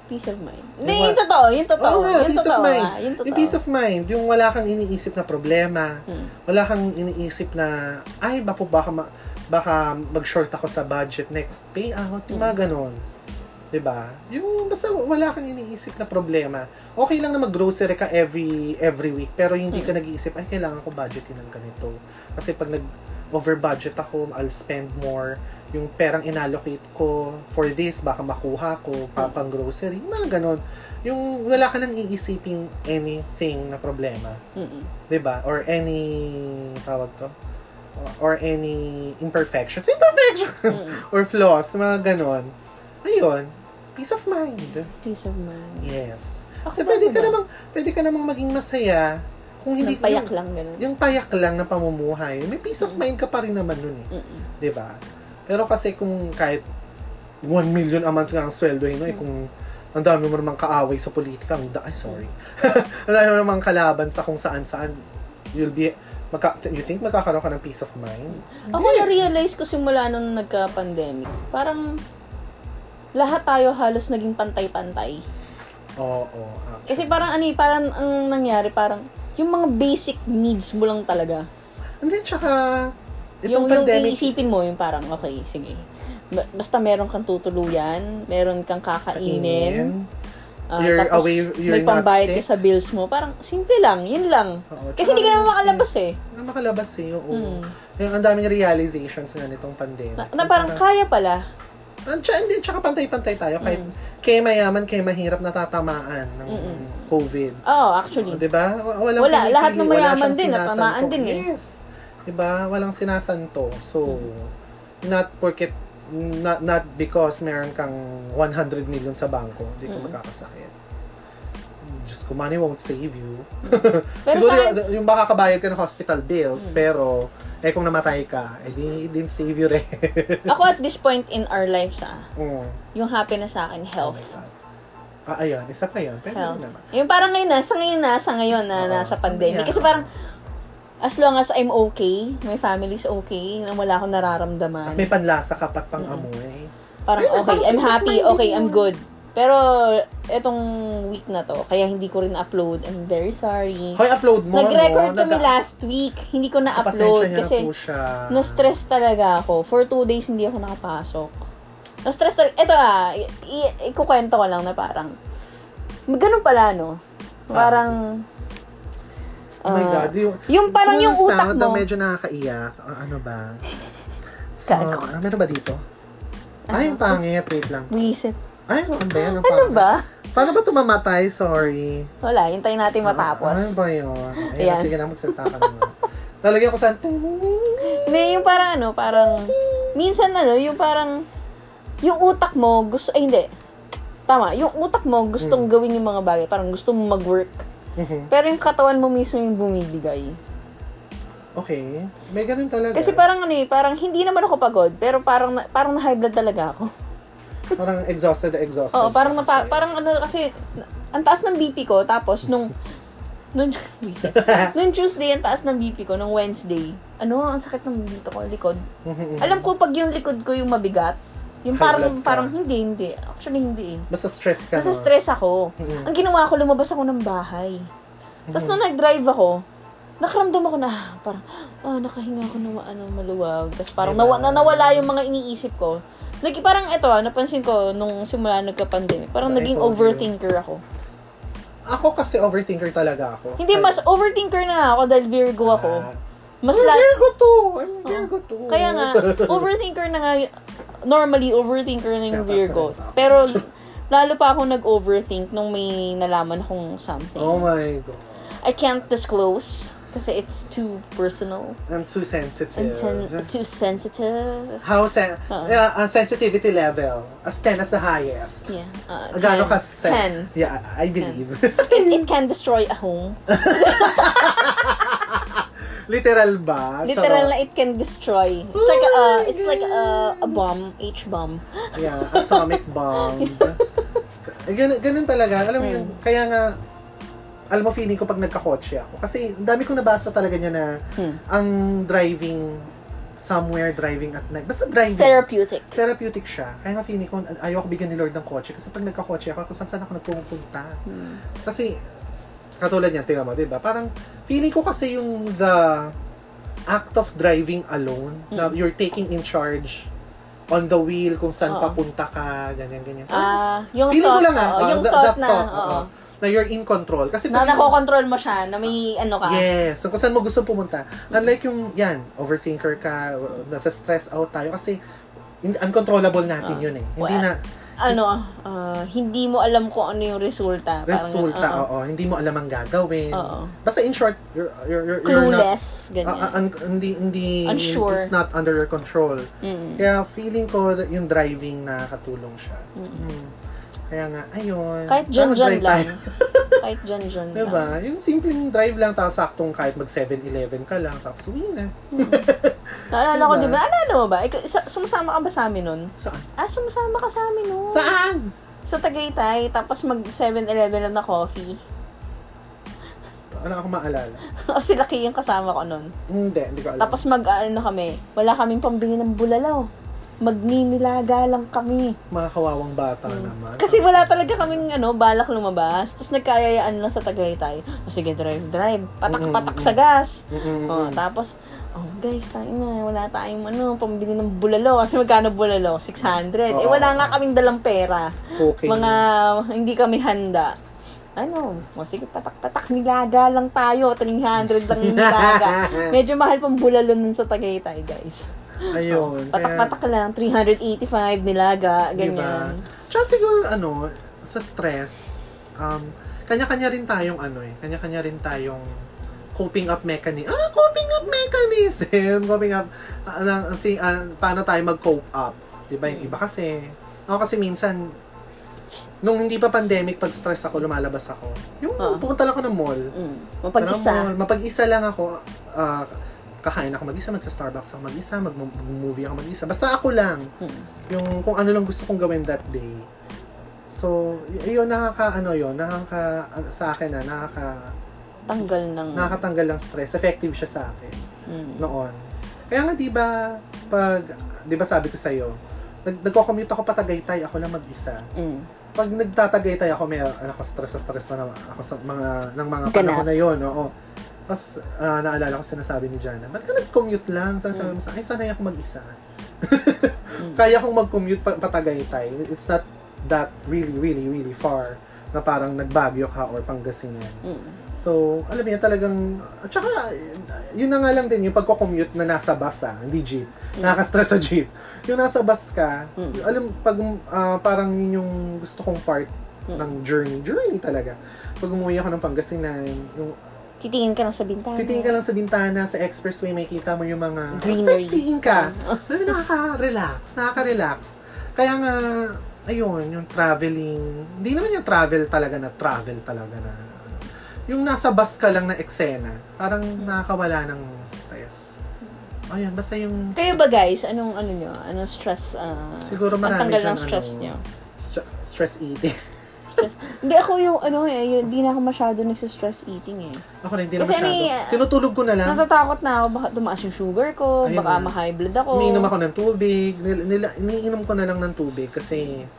Peace of mind. Hindi, yung Yung what? totoo, yung totoo. Oo nga, yung peace totoo, of mind. ah, yung totoo. Hmm. Yung peace of mind, yung wala kang iniisip na problema, wala kang iniisip na, ay, bako baka, ma- baka mag-short ako sa budget next payout, yung Hmm. mga ganon. 'Di ba? Yung basta wala kang iniisip na problema. Okay lang na mag-grocery ka every every week, pero hindi Hmm. ka nag-iisip, ay, kailangan ko budgetin ng ganito. Kasi pag nag over budget ako, I'll spend more. Yung perang inallocate ko for this, baka makuha ko, Hmm. pa, pang grocery, mga ganon. Yung wala ka nang iisiping anything na problema. Mm-mm. 'di ba? Or any tawag to? Or Mm. any imperfections, imperfections or flaws, mga ganon. Ayun. peace of mind. Peace of mind. Yes. Ako Kasi ba, ako pwede ka ba? namang, pwede ka namang maging masaya kung Ng hindi payak lang, ganun. Yung payak lang na pamumuhay. May peace of mind ka pa rin naman nun eh. Mm-mm. 'di ba? Pero kasi kung kahit 1 million a month lang ang sweldohin mo, Mm. eh, kung ang dami mo namang kaaway sa politika, ang da- ay, sorry. [LAUGHS] ang dami mo namang kalaban sa kung saan-saan, you'll be, magka- you think magkakaroon ka ng peace of mind? Ako na-realize ko simula nung nagka-pandemic. Parang lahat tayo halos naging pantay-pantay. Oo, oo, actually. Kasi parang ano eh, parang ang nangyari, parang yung mga basic needs mo lang talaga. And then, tsaka, yung, itong pandemic, yung iisipin mo, yung parang, okay, sige. Ba- Basta meron kang tutuluyan, meron kang kakainin, kainin, ah, You're tapos away- may you're not pambayad ka sick. sa bills mo. Parang simple lang, yun lang. Oo, Kasi hindi ka tsaka naman makalabas eh. na makalabas eh, oo. Yung ang daming realizations nga nitong pandemic. Mm. Na, na parang kaya pala. And Ah, tsaka, hindi, tsaka pantay-pantay tayo. Kahit Mm. kay mayaman, kay mahirap natatamaan ng COVID. Oo, actually. O, Oh, 'di ba? Wa- Walang Wala, pinipili, lahat ng wala mayaman siyang din, sinasanto. natamaan din eh. Yes. 'Di ba? Walang sinasanto. So, Mm. not porket not, not because meron kang 100 million sa bangko, Mm. hindi ka magkakasakit. Just ko, money won't save Mm. you. [LAUGHS] Pero Siguro sa akin- Mm. yung- yung makakabayad ka ng hospital bills, pero eh kung namatay ka, eh di, din save you rin. [LAUGHS] Ako at this point in our lives, ah, Mm. yung happiness sa akin, health. Oh, Ah, ayun. Isa pa yun. Pwede health. yun naman. Yung parang ngayon, nasa ngayon, nasa ngayon na Oo, nasa sa pandemic. ngayon. Kasi parang, as long as I'm okay, my family's okay, na wala akong nararamdaman. Ah, May panlasa ka pat pang amoy. Parang Ayun, okay, parang I'm peace of happy, mind din okay, I'm yun. good. Pero, etong week na to, kaya hindi ko rin upload. I'm very sorry. Hoy, upload mo. Nag-record no? kami Nag- last week. Hindi ko Pasensya na-upload niyo na kasi po siya. na-stress talaga ako. For two days, hindi ako nakapasok. Na-stress talaga. Ito ah, i- i- ikukwento ko lang na parang, ganun pala, no? Parang, oh my God. Yung, ah, yung parang gusto yung ng utak sound mo. Na medyo nakakaiyak. Ah, ano ba? saan ko? Ah, meron ba dito? Ay, ang pangit. Wait lang. Reset. Ay, ano ba yan? Ang Ah. Ano pangit. ba? Paano ba tumamatay? Sorry. Wala, hintayin natin Ano matapos. ba yun? Ayan. Ayan, Sige na, magsalita ka [LAUGHS] naman. Lalagyan ko sa... Hindi, yung parang ano, parang, minsan ano, yung parang, yung utak mo, gusto, ay hindi, tama, yung utak mo, gustong gawin yung mga bagay, parang gusto mo mag-work. Mhm. Pero yung katawan mo mismo yung bumibigay. Okay. May ganun talaga. Kasi parang ano eh, parang hindi naman ako pagod, pero parang na- parang na high blood talaga ako. Parang exhausted, exhausted. Oo, parang ka napa, kasi. parang ano kasi na- ang taas ng BP ko tapos nung nung [LAUGHS] nung Tuesday ang taas ng BP ko nung Wednesday. Ano, ang sakit ng dito ko, likod. Mhm. Alam ko pag yung likod ko yung mabigat, yung High parang blood ka. parang hindi hindi. Actually hindi eh. Basta stress ka. Mm. Nasa no? stress ako. Ang ginawa ko, lumabas ako ng bahay. Tapos Mm. nung nag-drive ako, nakaramdam ako na, ah, parang, ah, nakahinga ako ng ano, maluwag. Tapos parang Diba? nawa, na, nawala yung mga iniisip ko. Nag, parang ito, ah, napansin ko nung simula nagka-pandemic, parang Dahil naging COVID. overthinker ako. Ako kasi overthinker talaga ako. Hindi, mas overthinker na ako dahil Virgo ako. Ah. Mas I'm la- Oh. Virgo too. I'm Virgo too. Kaya nga, overthinker na nga, y- normally, overthinker na yung Kaya pasok Virgo. na ako. [LAUGHS] Pero, lalo pa ako nag-overthink nung may nalaman akong something. [LAUGHS] oh my God. I can't disclose kasi it's too personal I'm too and sensitive. sen- too sensitive. How sen- Oo. yeah, ang sensitivity level, as 10 as the highest. Yeah. Uh, Ang Gano'n ka sen- 10. Yeah, I I believe. It, it can destroy a home. [LAUGHS] Literal ba? Literal [LAUGHS] Charot. Oh na it can destroy. It's like a uh, it's like a, a bomb, H bomb. Yeah, atomic bomb. Eh, ganun, ganun talaga. Alam mo yun, kaya nga, alam mo, feeling ko pag nagkakotse ako. Kasi ang dami kong nabasa talaga niya na ang driving somewhere, driving at night. Basta driving. Therapeutic. therapeutic siya. Kaya nga feeling ko, ayaw ako bigyan ni Lord ng kotse. Kasi pag nagka-kotse ako, kung saan saan ako nagpupunta. Hmm. Kasi, katulad niya, tingnan mo, di ba? Parang, feeling ko kasi yung the act of driving alone, Hmm. na you're taking in charge on the wheel, kung Oo. saan papunta ka, ganyan, ganyan. Ah, yung feeling thought, ko lang, ah, oo, ah, yung that- thought that na, thought, oo. oo, na you're in control. Kasi na pag- nakokontrol mo siya, na may ano ka. Yes. So, kung saan mo gusto pumunta. Unlike yung, yan, overthinker ka, nasa stress out tayo kasi in- uncontrollable natin yun eh. Hindi Ah. Well, na Ano, ah, hindi mo alam kung ano yung resulta. Parang resulta, ganun, oo. oo. Hindi mo alam ang gagawin. ah, Oo. Basta in short, you're, you're, you're, you're not, Clueless, ganyan. Ah, ah, un- hindi, hindi, Unsure. it's not under ah. Mm. your control. Kaya feeling ko that yung driving na katulong siya. Mm. Kaya nga, ayun. Kahit dyan Parang dyan drive [LAUGHS] lang. tayo. kahit dyan dyan diba? lang. Yung simpleng drive lang, tapos saktong kahit mag 7-Eleven ka lang, tapos uwi na. Naalala ko, Diba? di ba? Naalala mo ba? Ikaw, sa- sumasama ka ba sa amin nun? Saan? Ah, sumasama ka sa amin nun. Saan? Sa Tagaytay, tapos mag 7-Eleven lang na coffee. [LAUGHS] Ano ako maalala? Tapos si Laki yung kasama ko nun. Hindi, hindi ko alam. Tapos mag, ano kami, wala kaming pambili ng bulalaw. Magninilaga lang kami. Mga kawawang bata naman. Kasi wala talaga kaming ano, balak lumabas. Tapos nagkayayaan lang sa Tagaytay. O sige, drive, drive. Patak-patak sa gas. Mm-mm. O, tapos, oh guys, tayo na. Wala tayong ano, pambili ng bulalo. Kasi magkano bulalo? 600. eh, Oo. wala nga kaming dalang pera. Okay. Mga, hindi kami handa. Ano, o sige, patak-patak, nilaga lang tayo. 300 lang yung [LAUGHS] nilaga. Medyo mahal pang bulalo nun sa Tagaytay, guys. Ayun. Patak-patak lang, 385 nilaga, ganyan. Tsaka siguro, ano, sa stress, um, kanya-kanya rin tayong ano eh, kanya-kanya rin tayong coping up mechanism. Ah, coping up mechanism! coping up, ah, ano, ang thing, ah, paano tayo mag-cope up? Di ba? Yung iba kasi, ako kasi minsan, nung hindi pa pandemic, pag stress ako, lumalabas ako. Yung Ah. pupunta lang ako ng mall. Mm. Mapag-isa. Tara, mall. mapag-isa lang ako. ah, kakain ako mag-isa, magsa-Starbucks ako mag-isa, mag-movie ako mag-isa. Basta ako lang. Yung kung ano lang gusto kong gawin that day. So, y- yun, nakaka, ano yun, nakaka, ano, sa akin na, nakaka, Tanggal ng... nakakatanggal ng stress. Effective siya sa akin Mm. noon. Kaya nga, di ba, pag, di ba sabi ko sa'yo, nag- nagko-commute ako patagaytay, ako lang mag-isa Mm. pag nagtatagaytay ako, may ano, ako stress na stress na naman ako sa mga ng mga Ganap. panahon na yon, oo. Tapos ah, naalala ko sinasabi ni Jana, ba't ka nag-commute lang? Sana sabi mo sa, ay sanay ako mag-isa. [LAUGHS] Kaya kong mag-commute pa, patagaytay. It's not that really, really, really far na parang nagbagyo ka or Pangasinan. Mm. So, alam niya talagang, at saka, yun na nga lang din yung pagko-commute na nasa bus ah, hindi jeep. Nakaka-stress sa jeep. Yung nasa bus ka, yung- alam, pag, ah, parang yun yung gusto kong part ng journey. Journey talaga. Pag umuwi ako ng Pangasinan, yung, Titingin ka lang sa bintana. titingin ka lang sa bintana, sa expressway, may kita mo yung mga, Greenery. sightseeing ka. Alam mo, nakaka-relax, nakaka-relax. Kaya nga, ayun, yung traveling, hindi naman yung travel talaga na travel talaga na, ano. yung nasa bus ka lang na eksena, parang nakakawala ng stress. Ayun, basta yung, Kayo ba guys, anong ano nyo? Anong stress? ah, siguro ang marami tanggal siyang, ng stress ano, nyo? stra- stress eating. [LAUGHS] Stress. [LAUGHS] Hindi ako yung ano eh, yung- hindi na ako masyado nagsistress eating eh. ako rin, hindi na Kasi ano eh, masyado. ah, Tinutulog ko na lang. Natatakot na ako, baka tumaas yung sugar ko, Ayun baka na. ma-high blood ako. Umiinom ako ng tubig. Nila, nila, iniinom ko na lang ng tubig kasi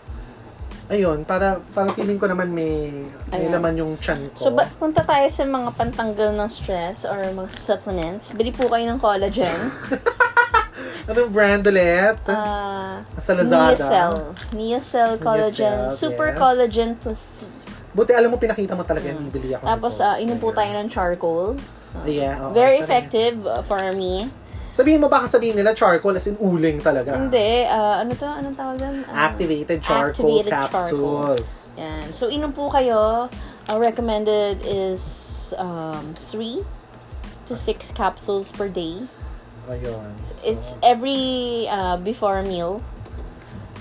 ayun, para para feeling ko naman may may Ayan. laman yung chan ko. So, ba, punta tayo sa mga pantanggal ng stress or mga supplements. Bili po kayo ng collagen. [LAUGHS] Anong brand ulit? Ah, Sa Lazada. Neocell. Neocell Collagen. Neocell, Super yes. Collagen Plus C. Buti alam mo pinakita mo talaga yung bibili ako. Tapos, ah, inom po tayo ng charcoal. Yeah, oo, Very sarap. effective uh, for me. Sabihin mo baka sabihin nila charcoal as in uling talaga. Hindi, ah, ano to? Anong tawag doon? Ah, Activated charcoal Activated charcoal. capsules. Yan. So, inom po kayo. Ang recommended is um, 3 to 6 capsules per day. Ayun. So, It's every uh, before meal.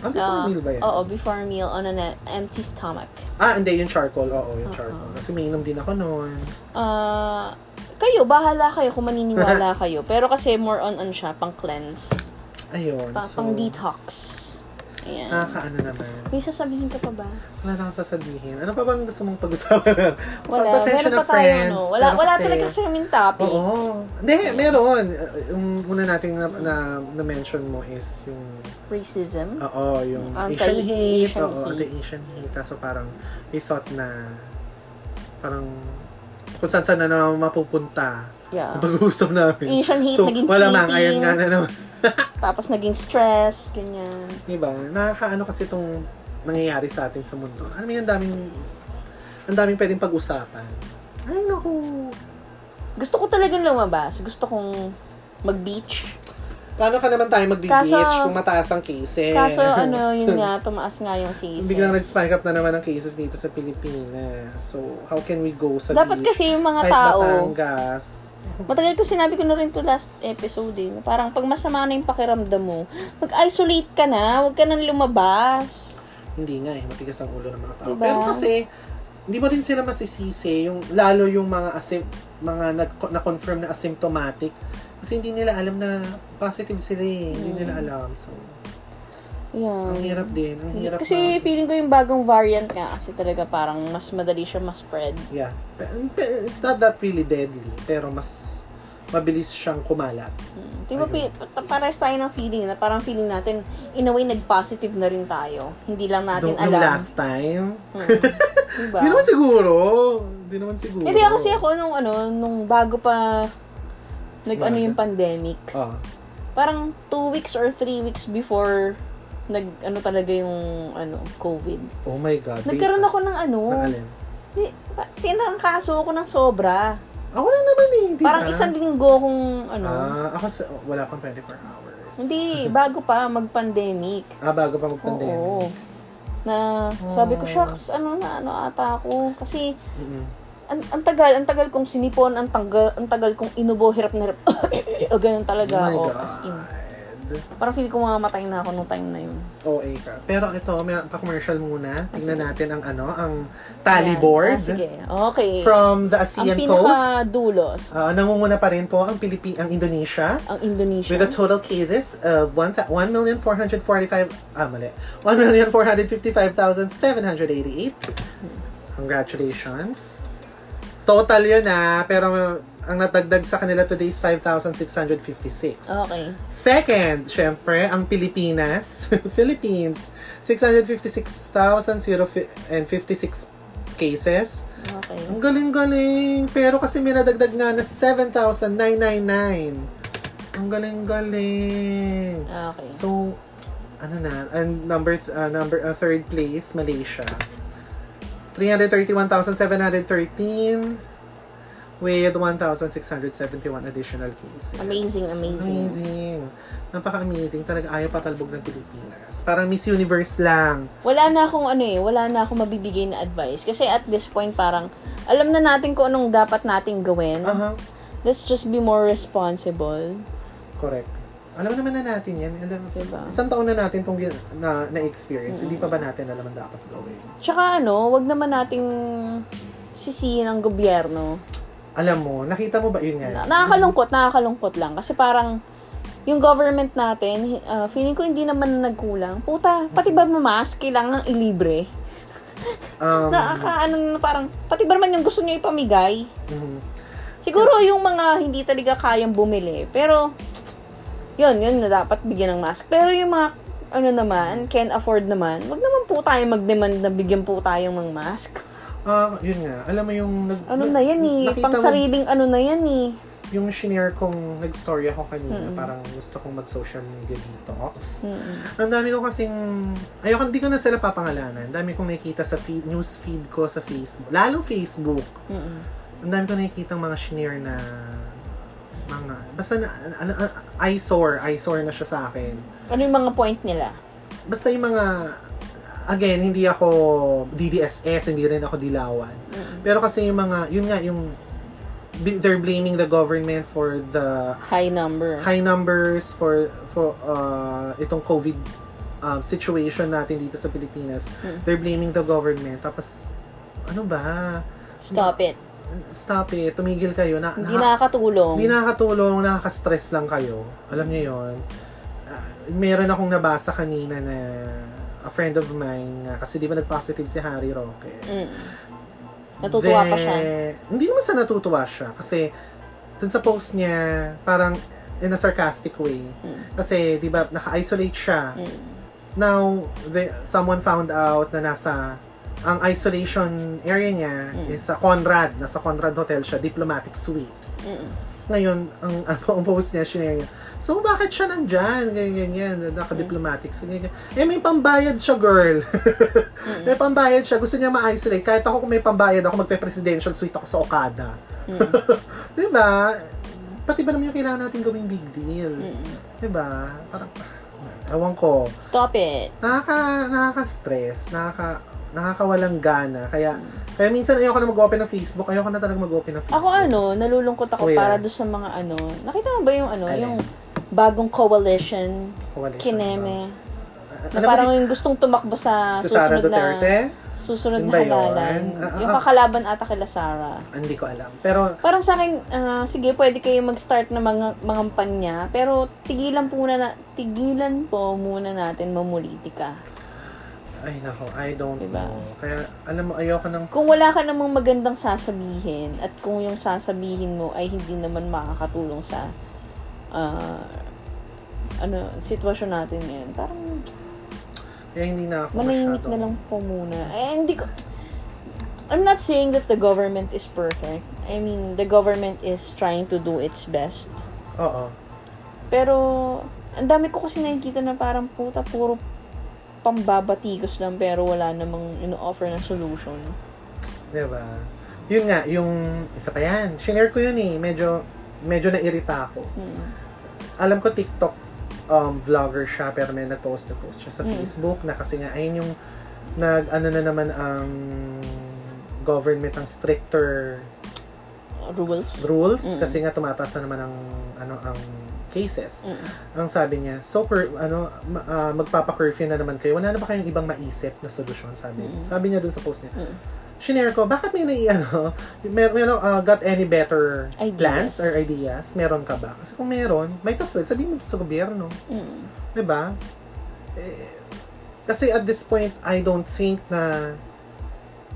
ano yung meal ba yan? ah, Oo, before meal on an empty stomach. Ah, hindi yung charcoal. Oo, yung charcoal. Kasi may inom din ako noon. Ah, kayo, bahala kayo kung [LAUGHS] maniniwala kayo. Pero kasi more on ano siya, pang cleanse. Ayun. Pang, so, ah, pang detox. Ayan. Nakakaano naman. May sasabihin ka pa ba? Wala na akong sasabihin. Ano pa bang gusto mong pag-usapan na? Wala. Pasensya Meron na pa tayo, ano. Wala, Pero wala kasi- talaga kasi kaming topic. Oo. Hindi, meron. Uh, Yung una nating na, na, mention mo is yung, Racism. oo, yung Anti- Asian hate. Asian oo, hate. anti-Asian hate. Kaso parang, we thought na, parang, kung saan saan na naman mapupunta Yeah. ang pag-uusap namin. Ah. Asian hate, so, naging wala mang, cheating. ayun nga na naman. Tapos naging stress, ganyan. Diba? Nakakaano kasi itong nangyayari sa atin sa mundo. Ano may ang daming, ang daming pwedeng pag-usapan. Ay, naku. Gusto ko talagang lumabas. Gusto kong mag-beach. Paano ka naman tayo magbe-beach Kaso- kung mataas ang cases? Kaso [LAUGHS] ano, yun nga, tumaas nga yung cases. Biglang nag-spike up na naman ang cases dito sa Pilipinas. So, how can we go sa Dapat beach? kasi yung mga Kahit tao, Batangas. matagal ko sinabi ko na rin to last episode eh, na parang pag masama na yung pakiramdam mo, mag-isolate ka na, huwag ka nang lumabas. Hindi nga eh, matigas ang ulo ng mga tao. Diba? Pero kasi, hindi mo din sila masisisi, yung, lalo yung mga asim, mga nag, na-confirm na asymptomatic. Kasi hindi nila alam na positive sila eh. Hindi Hmm. nila alam. So, Yeah. ang hirap din. Ang hirap Hmm. Kasi na- feeling ko yung bagong variant nga kasi talaga parang mas madali siya ma-spread. Yeah. Pe- pe- It's not that really deadly, pero mas mabilis siyang kumalat. Di ba, pi- pa- pares tayo ng feeling na parang feeling natin, in a way, nag-positive na rin tayo. Hindi lang natin Nung, nung alam. last time. Di ba? Hindi naman siguro. Hindi naman siguro. Hindi ako kasi ako nung ano, nung bago pa nag ano Bago? yung pandemic. Ah. Parang two weeks or three weeks before nag ano talaga yung ano COVID. Oh my God. wait. Nagkaroon ako ng ano, Ng alin? di- pa- tinangkaso ako ng sobra. Ako lang naman eh. di Parang ba? isang linggo kung ano. Ah, ako sa, wala pang 24 hours. Hindi, bago pa mag-pandemic. Ah, bago pa mag-pandemic. Oo. Na sabi ko, shucks, ano na, ano ata ako. Kasi, Mm-mm. ang, ang tagal, ang tagal kong sinipon, ang tagal, ang tagal kong inubo, hirap [COUGHS] na hirap. o ganun Oh talaga my ako. God. As in, parang feeling ko mamamatay na ako nung time na yun. OA ka. Pero ito, may pa-commercial muna. Ah, sige. Tingnan natin ang ano, ang tally Ayan. board Ah, sige. Okay. from the ang ASEAN Post. pinakadulo, Ah, nangunguna pa rin po ang Pilipi ang Indonesia ang Indonesia. with a total cases of 1,445 ah mali 1,455,788 Congratulations. Total yun ah, pero ang natagdag sa kanila today is 5,656. okay. Second, syempre, ang Pilipinas, [LAUGHS] Philippines, 656,056 cases. Okay. Ang galing-galing. Pero kasi may nadagdag nga na 7,999. Ang galing-galing. Okay. So, ano na, and number, th- uh, number, uh, third place, Malaysia. 331,713 with 1,671 additional cases. Amazing, amazing. Amazing. Napaka-amazing. Talaga ayaw patalbog ng Pilipinas. Parang Miss Universe lang. wala na akong ano eh, wala na akong mabibigay na advice. Kasi at this point parang, alam na natin kung anong dapat nating gawin. Aha. Let's just be more responsible. Correct. Alam naman na natin yan. Alam, Diba? Isang taon na natin itong na, na-experience. Hindi pa ba natin alam ang dapat gawin? Tsaka ano, wag naman nating sisihin ang gobyerno. Alam mo, nakita mo ba yun nga? Na- Nakakalungkot, nakakalungkot lang. Kasi parang, yung government natin, uh, feeling ko hindi naman nagkulang. Puta, pati ba mamask kailangan ilibre? [LAUGHS] Um, Nakaka, ano, parang, pati ba naman yung gusto nyo ipamigay? mhm. Siguro yung mga hindi talaga kayang bumili. Pero, yun, yun na dapat bigyan ng mask. Pero yung mga, ano naman, can afford naman, wag naman po tayo mag-demand na bigyan po tayo ng mask. Ah, yun nga. Alam mo yung... Nag, Ano na yan eh, nakita pang mo sariling ano na yan eh. Yung shinare kong nag-story ako kanina, parang gusto kong mag-social media detox. Ang dami ko kasing... Ayoko, hindi ko na sila papangalanan. Ang dami kong nakikita sa feed, news feed ko sa Facebook. Lalo Facebook. Ang dami ko nakikita mga shinare na mga... Basta na, ano, ano- eyesore. Eyesore na siya sa akin. Ano yung mga point nila? Basta yung mga... Again, hindi ako DDSS, hindi rin ako dilawan. Pero kasi yung mga... Yun nga, yung... bi- They're blaming the government for the High number. high numbers for for uh, itong COVID um, situation natin dito sa Pilipinas. They're blaming the government. Tapos, ano ba? Stop it. Stop it. Tumigil kayo. Na, Hindi na, nakakatulong. hindi nakakatulong. Nakaka-stress lang kayo. Alam niyo yon Meron akong nabasa kanina na a friend of mine, nga, kasi di ba nag-positive si Harry Roque. Mm. Natutuwa pa Then, siya. Hindi naman sa natutuwa siya. Kasi, dun sa post niya, parang in a sarcastic way. Mm. Kasi, di ba, naka-isolate siya. Now, the, someone found out na nasa ang isolation area niya is sa Conrad. Nasa Conrad Hotel siya, diplomatic suite. Ngayon, ang, [LAUGHS] ang, ang post niya, shinare niya, so bakit siya nandyan? Ganyan, ganyan, naka-diplomatic. So, ganyan, ganyan. Eh, may pambayad siya, girl. [LAUGHS] may pambayad siya. Gusto niya ma-isolate. Kahit ako kung may pambayad, ako magpe-presidential suite ako sa Okada. [LAUGHS] diba? Pati ba naman yung kailangan natin gawing big deal? Diba? Parang, ewan ko Stop it. nakaka nakaka-stress, nakaka nakakawalang gana. Kaya kaya minsan ayoko na mag-open ng Facebook, ayoko na talaga mag-open ng Facebook. Mm. Ako ano, nalulungkot ako Swear. para doon sa mga ano. Nakita mo ba yung ano, Alin? yung bagong coalition, Coalition kineme. Ano ba? Na parang yung gustong tumakbo sa, sa Sara susunod na Duterte? susunod na Yun ba yun? halalan. Ah, ah, yung ah. kakalaban ata kila Sara. Hindi ko alam. Pero, Parang sa akin, ah, sige, pwede kayo mag-start ng mga mangampanya, pero tigilan po na, tigilan po muna natin mamulitika. ay nako, I don't Diba? know. Kaya, alam mo, ayoko ng... Kung wala ka namang magandang sasabihin at kung yung sasabihin mo ay hindi naman makakatulong sa ah, ano, sitwasyon natin ngayon, parang Kaya hindi na ako manahimik masyado. na lang po muna. Eh, hindi ko... I'm not saying that the government is perfect. I mean, the government is trying to do its best. Oo. Pero, ang dami ko kasi nakikita na parang puta, puro pambabatikos lang pero wala namang ino-offer na solution. Diba? Yun nga, yung isa pa yan. Shinare ko yun eh. Medyo, medyo nairita ako. Hmm. Alam ko TikTok um, vlogger siya pero may nag-post na post siya sa Mm. Facebook na kasi nga ayun yung nag ano na naman ang government ang stricter Rules. rules Mm. kasi nga tumataas na naman ang ano ang cases. Mm. Ang sabi niya, so cur- ano ma- ah, magpapa-curfew na naman kayo. Wala na ba kayong ibang maisip na solusyon sabi niya. Sabi niya dun sa post niya. Mm. Shinare ko, bakit may nai, [LAUGHS] ano, mer- meron, ah, got any better Ideas. plans or ideas? Meron ka ba? Kasi kung meron, may tasod, sabihin mo sa gobyerno. Mm. 'di ba? Diba? Eh, kasi at this point, I don't think na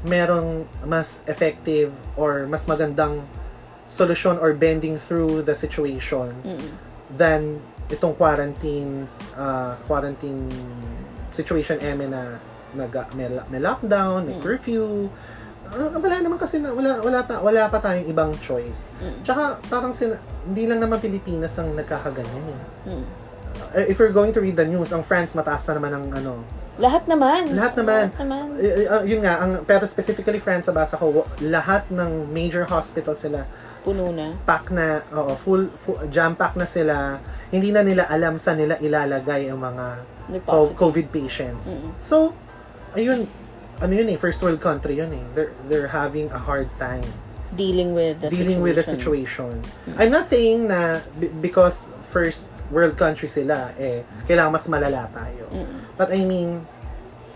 merong mas effective or mas magandang solusyon or bending through the situation Mm. than itong quarantines, uh, quarantine situation eme na nag may, lo- may lockdown, may curfew. Ah, wala naman kasi na, wala wala ta, wala pa tayong ibang choice. mm, Tsaka parang sina, hindi lang naman Pilipinas ang nagkakaganyan eh Mm. uh, if you're going to read the news, ang France mataas na naman ang ano. Lahat naman. Lahat naman. Lahat naman. Y- y- uh, yun nga, ang, pero specifically France, nabasa ko, wa- lahat ng major hospitals sila, Puno na. pack na, oo, full, full jam-pack na sila. Hindi na nila alam sa nila ilalagay ang mga co- Nagpositive. COVID patients. So, ayun, ano yun eh, first world country yun eh. They're, they're having a hard time Dealing with the dealing situation. with the situation. I'm not saying na b- because first world country sila, eh, kailangan mas malala tayo. But I mean,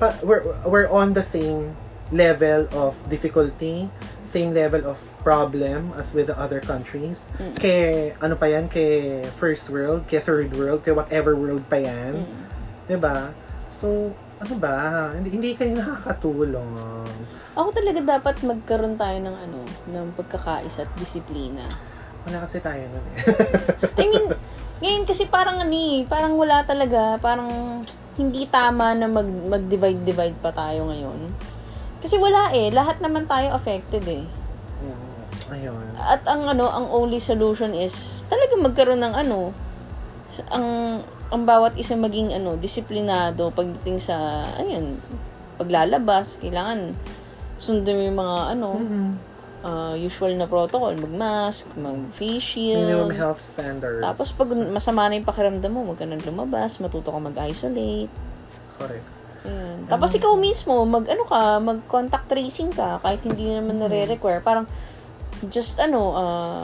pa- we're, we're on the same level of difficulty, same level of problem as with the other countries. Mm. Kay, ano pa yan, kay first world, kay third world, kay whatever world pa Mm, yan. 'Di ba? So, ano ba? Hindi, hindi kayo nakakatulong. Ako talaga dapat magkaroon tayo ng ano, ng pagkakaisa at disiplina. Wala kasi tayo nun eh. I mean, ngayon kasi parang ano eh, parang wala talaga, parang hindi tama na mag, mag-divide-divide pa tayo ngayon. Kasi wala eh, lahat naman tayo affected eh. [LAUGHS] Ayun. At ang ano, ang only solution is talaga magkaroon ng ano, s- ang ang bawat isa maging ano, disiplinado pagdating sa ayun, paglalabas, kailangan sundin mo yung mga ano, Hmm. Mm-hmm. ah, usual na protocol, mag-mask, mag-face minimum shield. health standards. Tapos pag masama na yung pakiramdam mo, huwag ka nang lumabas, matuto ka mag-isolate. Correct. Ayan. Tapos ikaw mismo, mag ano ka, mag contact tracing ka kahit hindi naman nare-require. Parang just ano, ah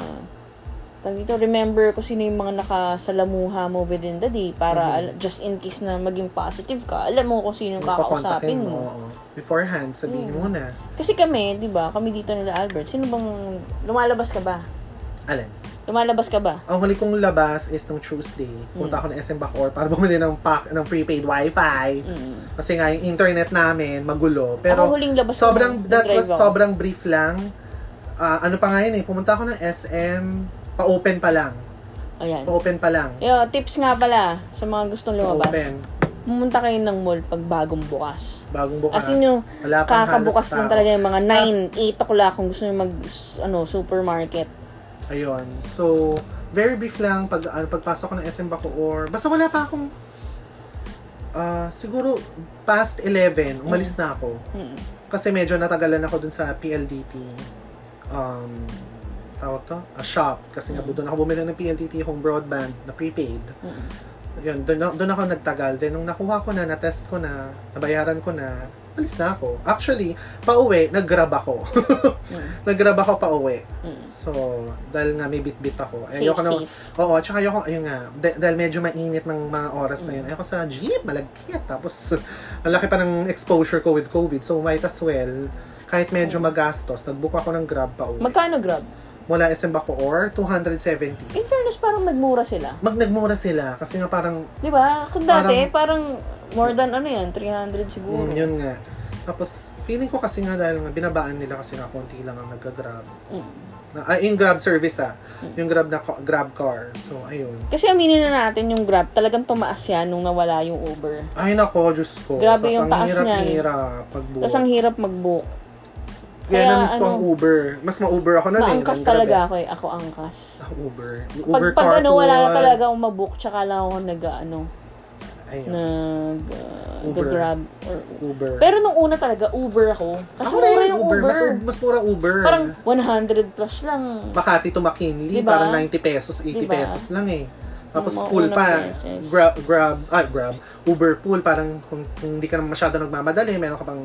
tawag dito, remember kung sino yung mga nakasalamuha mo within the day para al- just in case na maging positive ka, alam mo kung sino yung Kukontakin kakausapin mo. mo. Mm. oo. Beforehand, sabihin mo na. Kasi kami, di ba, kami dito nila Albert, sino bang, lumalabas ka ba? Alin? Lumalabas ka ba? Ang huli kong labas is nung Tuesday. Punta ako ng SM Bacoor para bumili ng pack ng prepaid wifi. Kasi nga yung internet namin magulo. Mm. Pero Ako huling labas ko sobrang nung that was nag-drive ako. sobrang brief lang. Ah, ano pa nga yun eh, pumunta ako ng SM pa-open pa lang. Ayan. Pa-open pa lang. Yo, tips nga pala sa mga gustong lumabas. Pa-open. Pumunta kayo ng mall pag bagong bukas. Bagong As bukas. in yung Wala pang kakabukas halos lang tao. talaga yung mga Tas- 9, 8 o'clock kung gusto nyo mag s- ano, supermarket. Ayun. So, very brief lang pag ano, pagpasok ko ng SM Bacoor. Basta wala pa akong ah, siguro past 11 umalis na ako. Mm. Kasi medyo natagalan ako dun sa PLDT um tawag to? A shop. Kasi Mm. nga doon ako bumili ng PLDT home broadband na prepaid. Yun, doon, doon ako nagtagal. Then, nung nakuha ko na, na-test ko na, nabayaran ko na, alis na ako. Actually, pauwi, nag-grab ako. [LAUGHS] Mm. nag-grab ako pauwi. So, dahil nga may bit-bit ako. Safe, ayoko na, safe. Oo, tsaka ayoko, ayun nga, da- dahil medyo mainit ng mga oras na yun. Ayoko sa jeep, malagkit. Tapos, [LAUGHS] ang laki pa ng exposure ko with COVID. So, might as well, kahit medyo magastos, nagbook ako ng grab pauwi. Magkano grab? Mula SM Bacoor, 270. In fairness, parang nagmura sila. Mag nagmura sila kasi nga parang Di ba? Kung dati, parang, more than ano yan, 300 siguro. Mm, yun nga. Tapos, feeling ko kasi nga dahil nga binabaan nila kasi nga konti lang ang nagka-grab. Mm. Na, ah, yung grab service ah. Yung grab na ca- grab car. So, ayun. Kasi aminin na natin yung Grab, talagang tumaas yan nung nawala yung Uber. Ay nako, Diyos ko. Grabe Tas yung taas ang niyan. hirap-hirap pagbuo. Tapos ang hirap mag-book. Kaya kaya na-miss ko ang ano, Uber. Mas ma-Uber ako na eh. Maangkas ng Grab talaga eh. ako eh. Ako angkas. Ah, Uber. Yung Pag, Uber pag car ano, wala na tour. talaga akong mabook, tsaka lang ako nag, ano, Ayun, nag, uh, Uber. grab or Uber. pero nung una talaga, Uber ako. Kasi Ako rin, mura yung Uber. Mas, mas mura Uber. Parang 100 plus lang. Makati to McKinley, Diba? parang 90 pesos, 80 Diba? pesos lang eh. Tapos Yung mga pool unang pa, beses. grab, grab, ah, grab, Uber pool, parang kung, kung hindi ka naman masyado nagmamadali, meron ka pang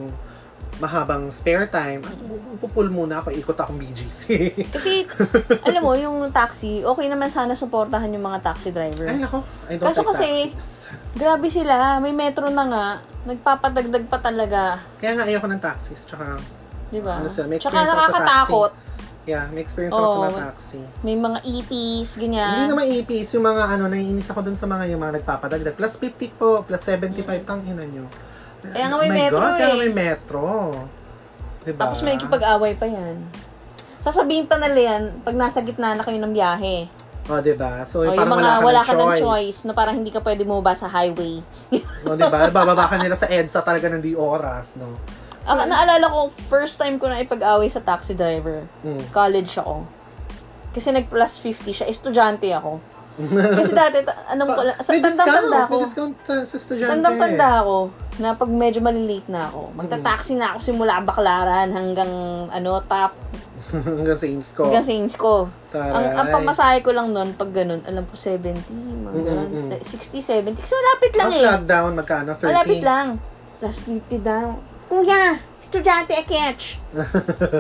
mahabang spare time, ah, pupul muna ako, ikot akong BGC. Kasi, alam mo, yung taxi, okay naman sana suportahan yung mga taxi driver. [LAUGHS] Ay, nako, I don't Kaso like kasi, taxis. Grabe sila. May metro na nga. Nagpapadagdag pa talaga. Kaya nga ayoko ng taxis, tsaka, Di ba? ano sila, may Tsaka experience ako sa taxi. nakakatakot. Yeah, may experience ako sa Oo. mga taxi. May mga EPs, Hindi ganyan. naman ipis yung mga ano, naiinis ako dun sa mga yung mga nagpapadagdag. Plus 50 po, plus 75, tang ina nyo. Mm. Kaya nga may Oh My metro God, Kaya eh. may metro. Diba? Tapos may kipag-away pa yan. Sasabihin pa nila yan pag nasa gitna na kayo ng biyahe. O, diba? O, So, Oh, yung parang mga wala ka, ng ng choice na parang hindi ka pwede bumaba sa highway. [LAUGHS] o, diba? Bababa ka nila sa EDSA talaga ng di oras, no? Ang naalala ko, first time ko na ipag-away sa taxi driver. Mm. College ako. Kasi nag-plus 50 siya. Estudyante [LAUGHS] ako. Kasi dati, ta- anong ko, lang- sa may discount. tandang-tanda ako. May discount uh, sa estudyante. Tandang-tanda ako na pag medyo malilate na Hmm. ako, magta-taxi na ako simula Baklaran hanggang ano, top, [LAUGHS] Hanggang Saints ko. hanggang Saints ko. Oh. Taray. Ang, ang pamasahe ko lang noon pag ganun, alam ko 70, mga ganun, se- 60, 70. Kasi malapit lang Ang eh. lockdown, magkano? 13? Malapit lang. Last 50 daw. Kuya, estudyante, I catch.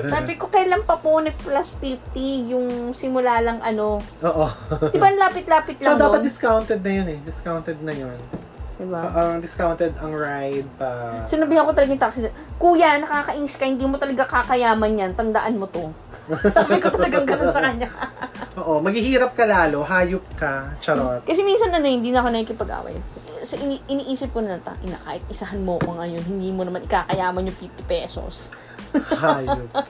Sabi ko, kailan pa po ni plus 50 yung simula lang ano. [LAUGHS] Oo. Di ba ang lapit-lapit so, lang doon? dapat Ah, discounted na yun eh. Discounted na yun. Di ba? Ang discounted ang ride pa. Diba? Sinabihan ko talaga yung taxi driver, Kuya, nakakainis ka, hindi mo talaga kakayaman yan, tandaan mo to. Sabi ko talagang ganun sa kanya. [LAUGHS] Oo, maghihirap ka lalo, hayop ka, charot. Kasi minsan ano, hindi na ako nakikipag-away. So, so ini- iniisip ko na, "Tang ina, kahit isahan mo ko ngayon, hindi mo naman ikakayaman yung 50 pesos. hayop ka.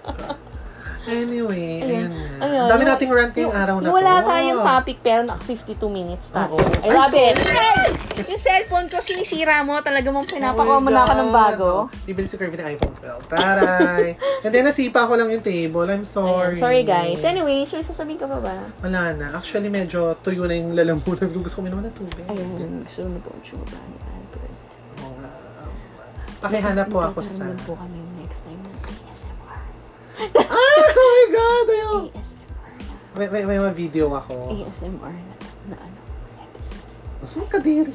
Anyway, ayun na. Ayun, Ang dami yung- nating rant ngayong araw na Wala to. tayong topic, pero naka 52 minutes tayo. Oo. I love Ay, it. Yung cellphone ko, sinisira mo. Talaga mong pinapakawa mo na ako ng God. bago. Bibili si Kirby ng iPhone 12. [LAUGHS] Taray! And then, nasipa ko lang yung table. Ayan, I'm sorry. sorry guys. Anyways, may sasabihin ka pa ba? Wala na. Actually, medyo tuyo na yung lalamunan ko. Gusto ko minuman ng tubig. Ayun, gusto ko na po ang sugar ni Albert. Oo nga. Um, Pakihanap po ako sa... Magkakaroon po kami next time ng ASMR. Ah! Oh my God! Ayaw! ASMR na. May, may, may mga video [LAUGHS] ako. ASMR na, na ano, episode. Ang kadiri.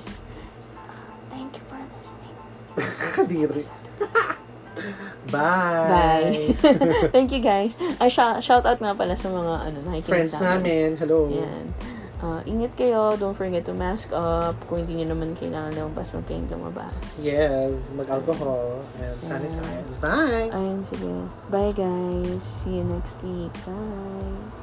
Thank you for listening. [LAUGHS] Kadiri. Bye! Bye. [LAUGHS] Thank you guys. Ay, sha- shout out nga pala sa mga ano, nakikinig Friends sa amin. namin. Hello. Yan. Ah, ingat kayo. Don't forget to mask up. Kung hindi nyo naman kailangan lumabas, huwag kayong lumabas. Yes, mag-alcohol and sanitize. Bye! Ayun, sige. Bye guys. See you next week. Bye.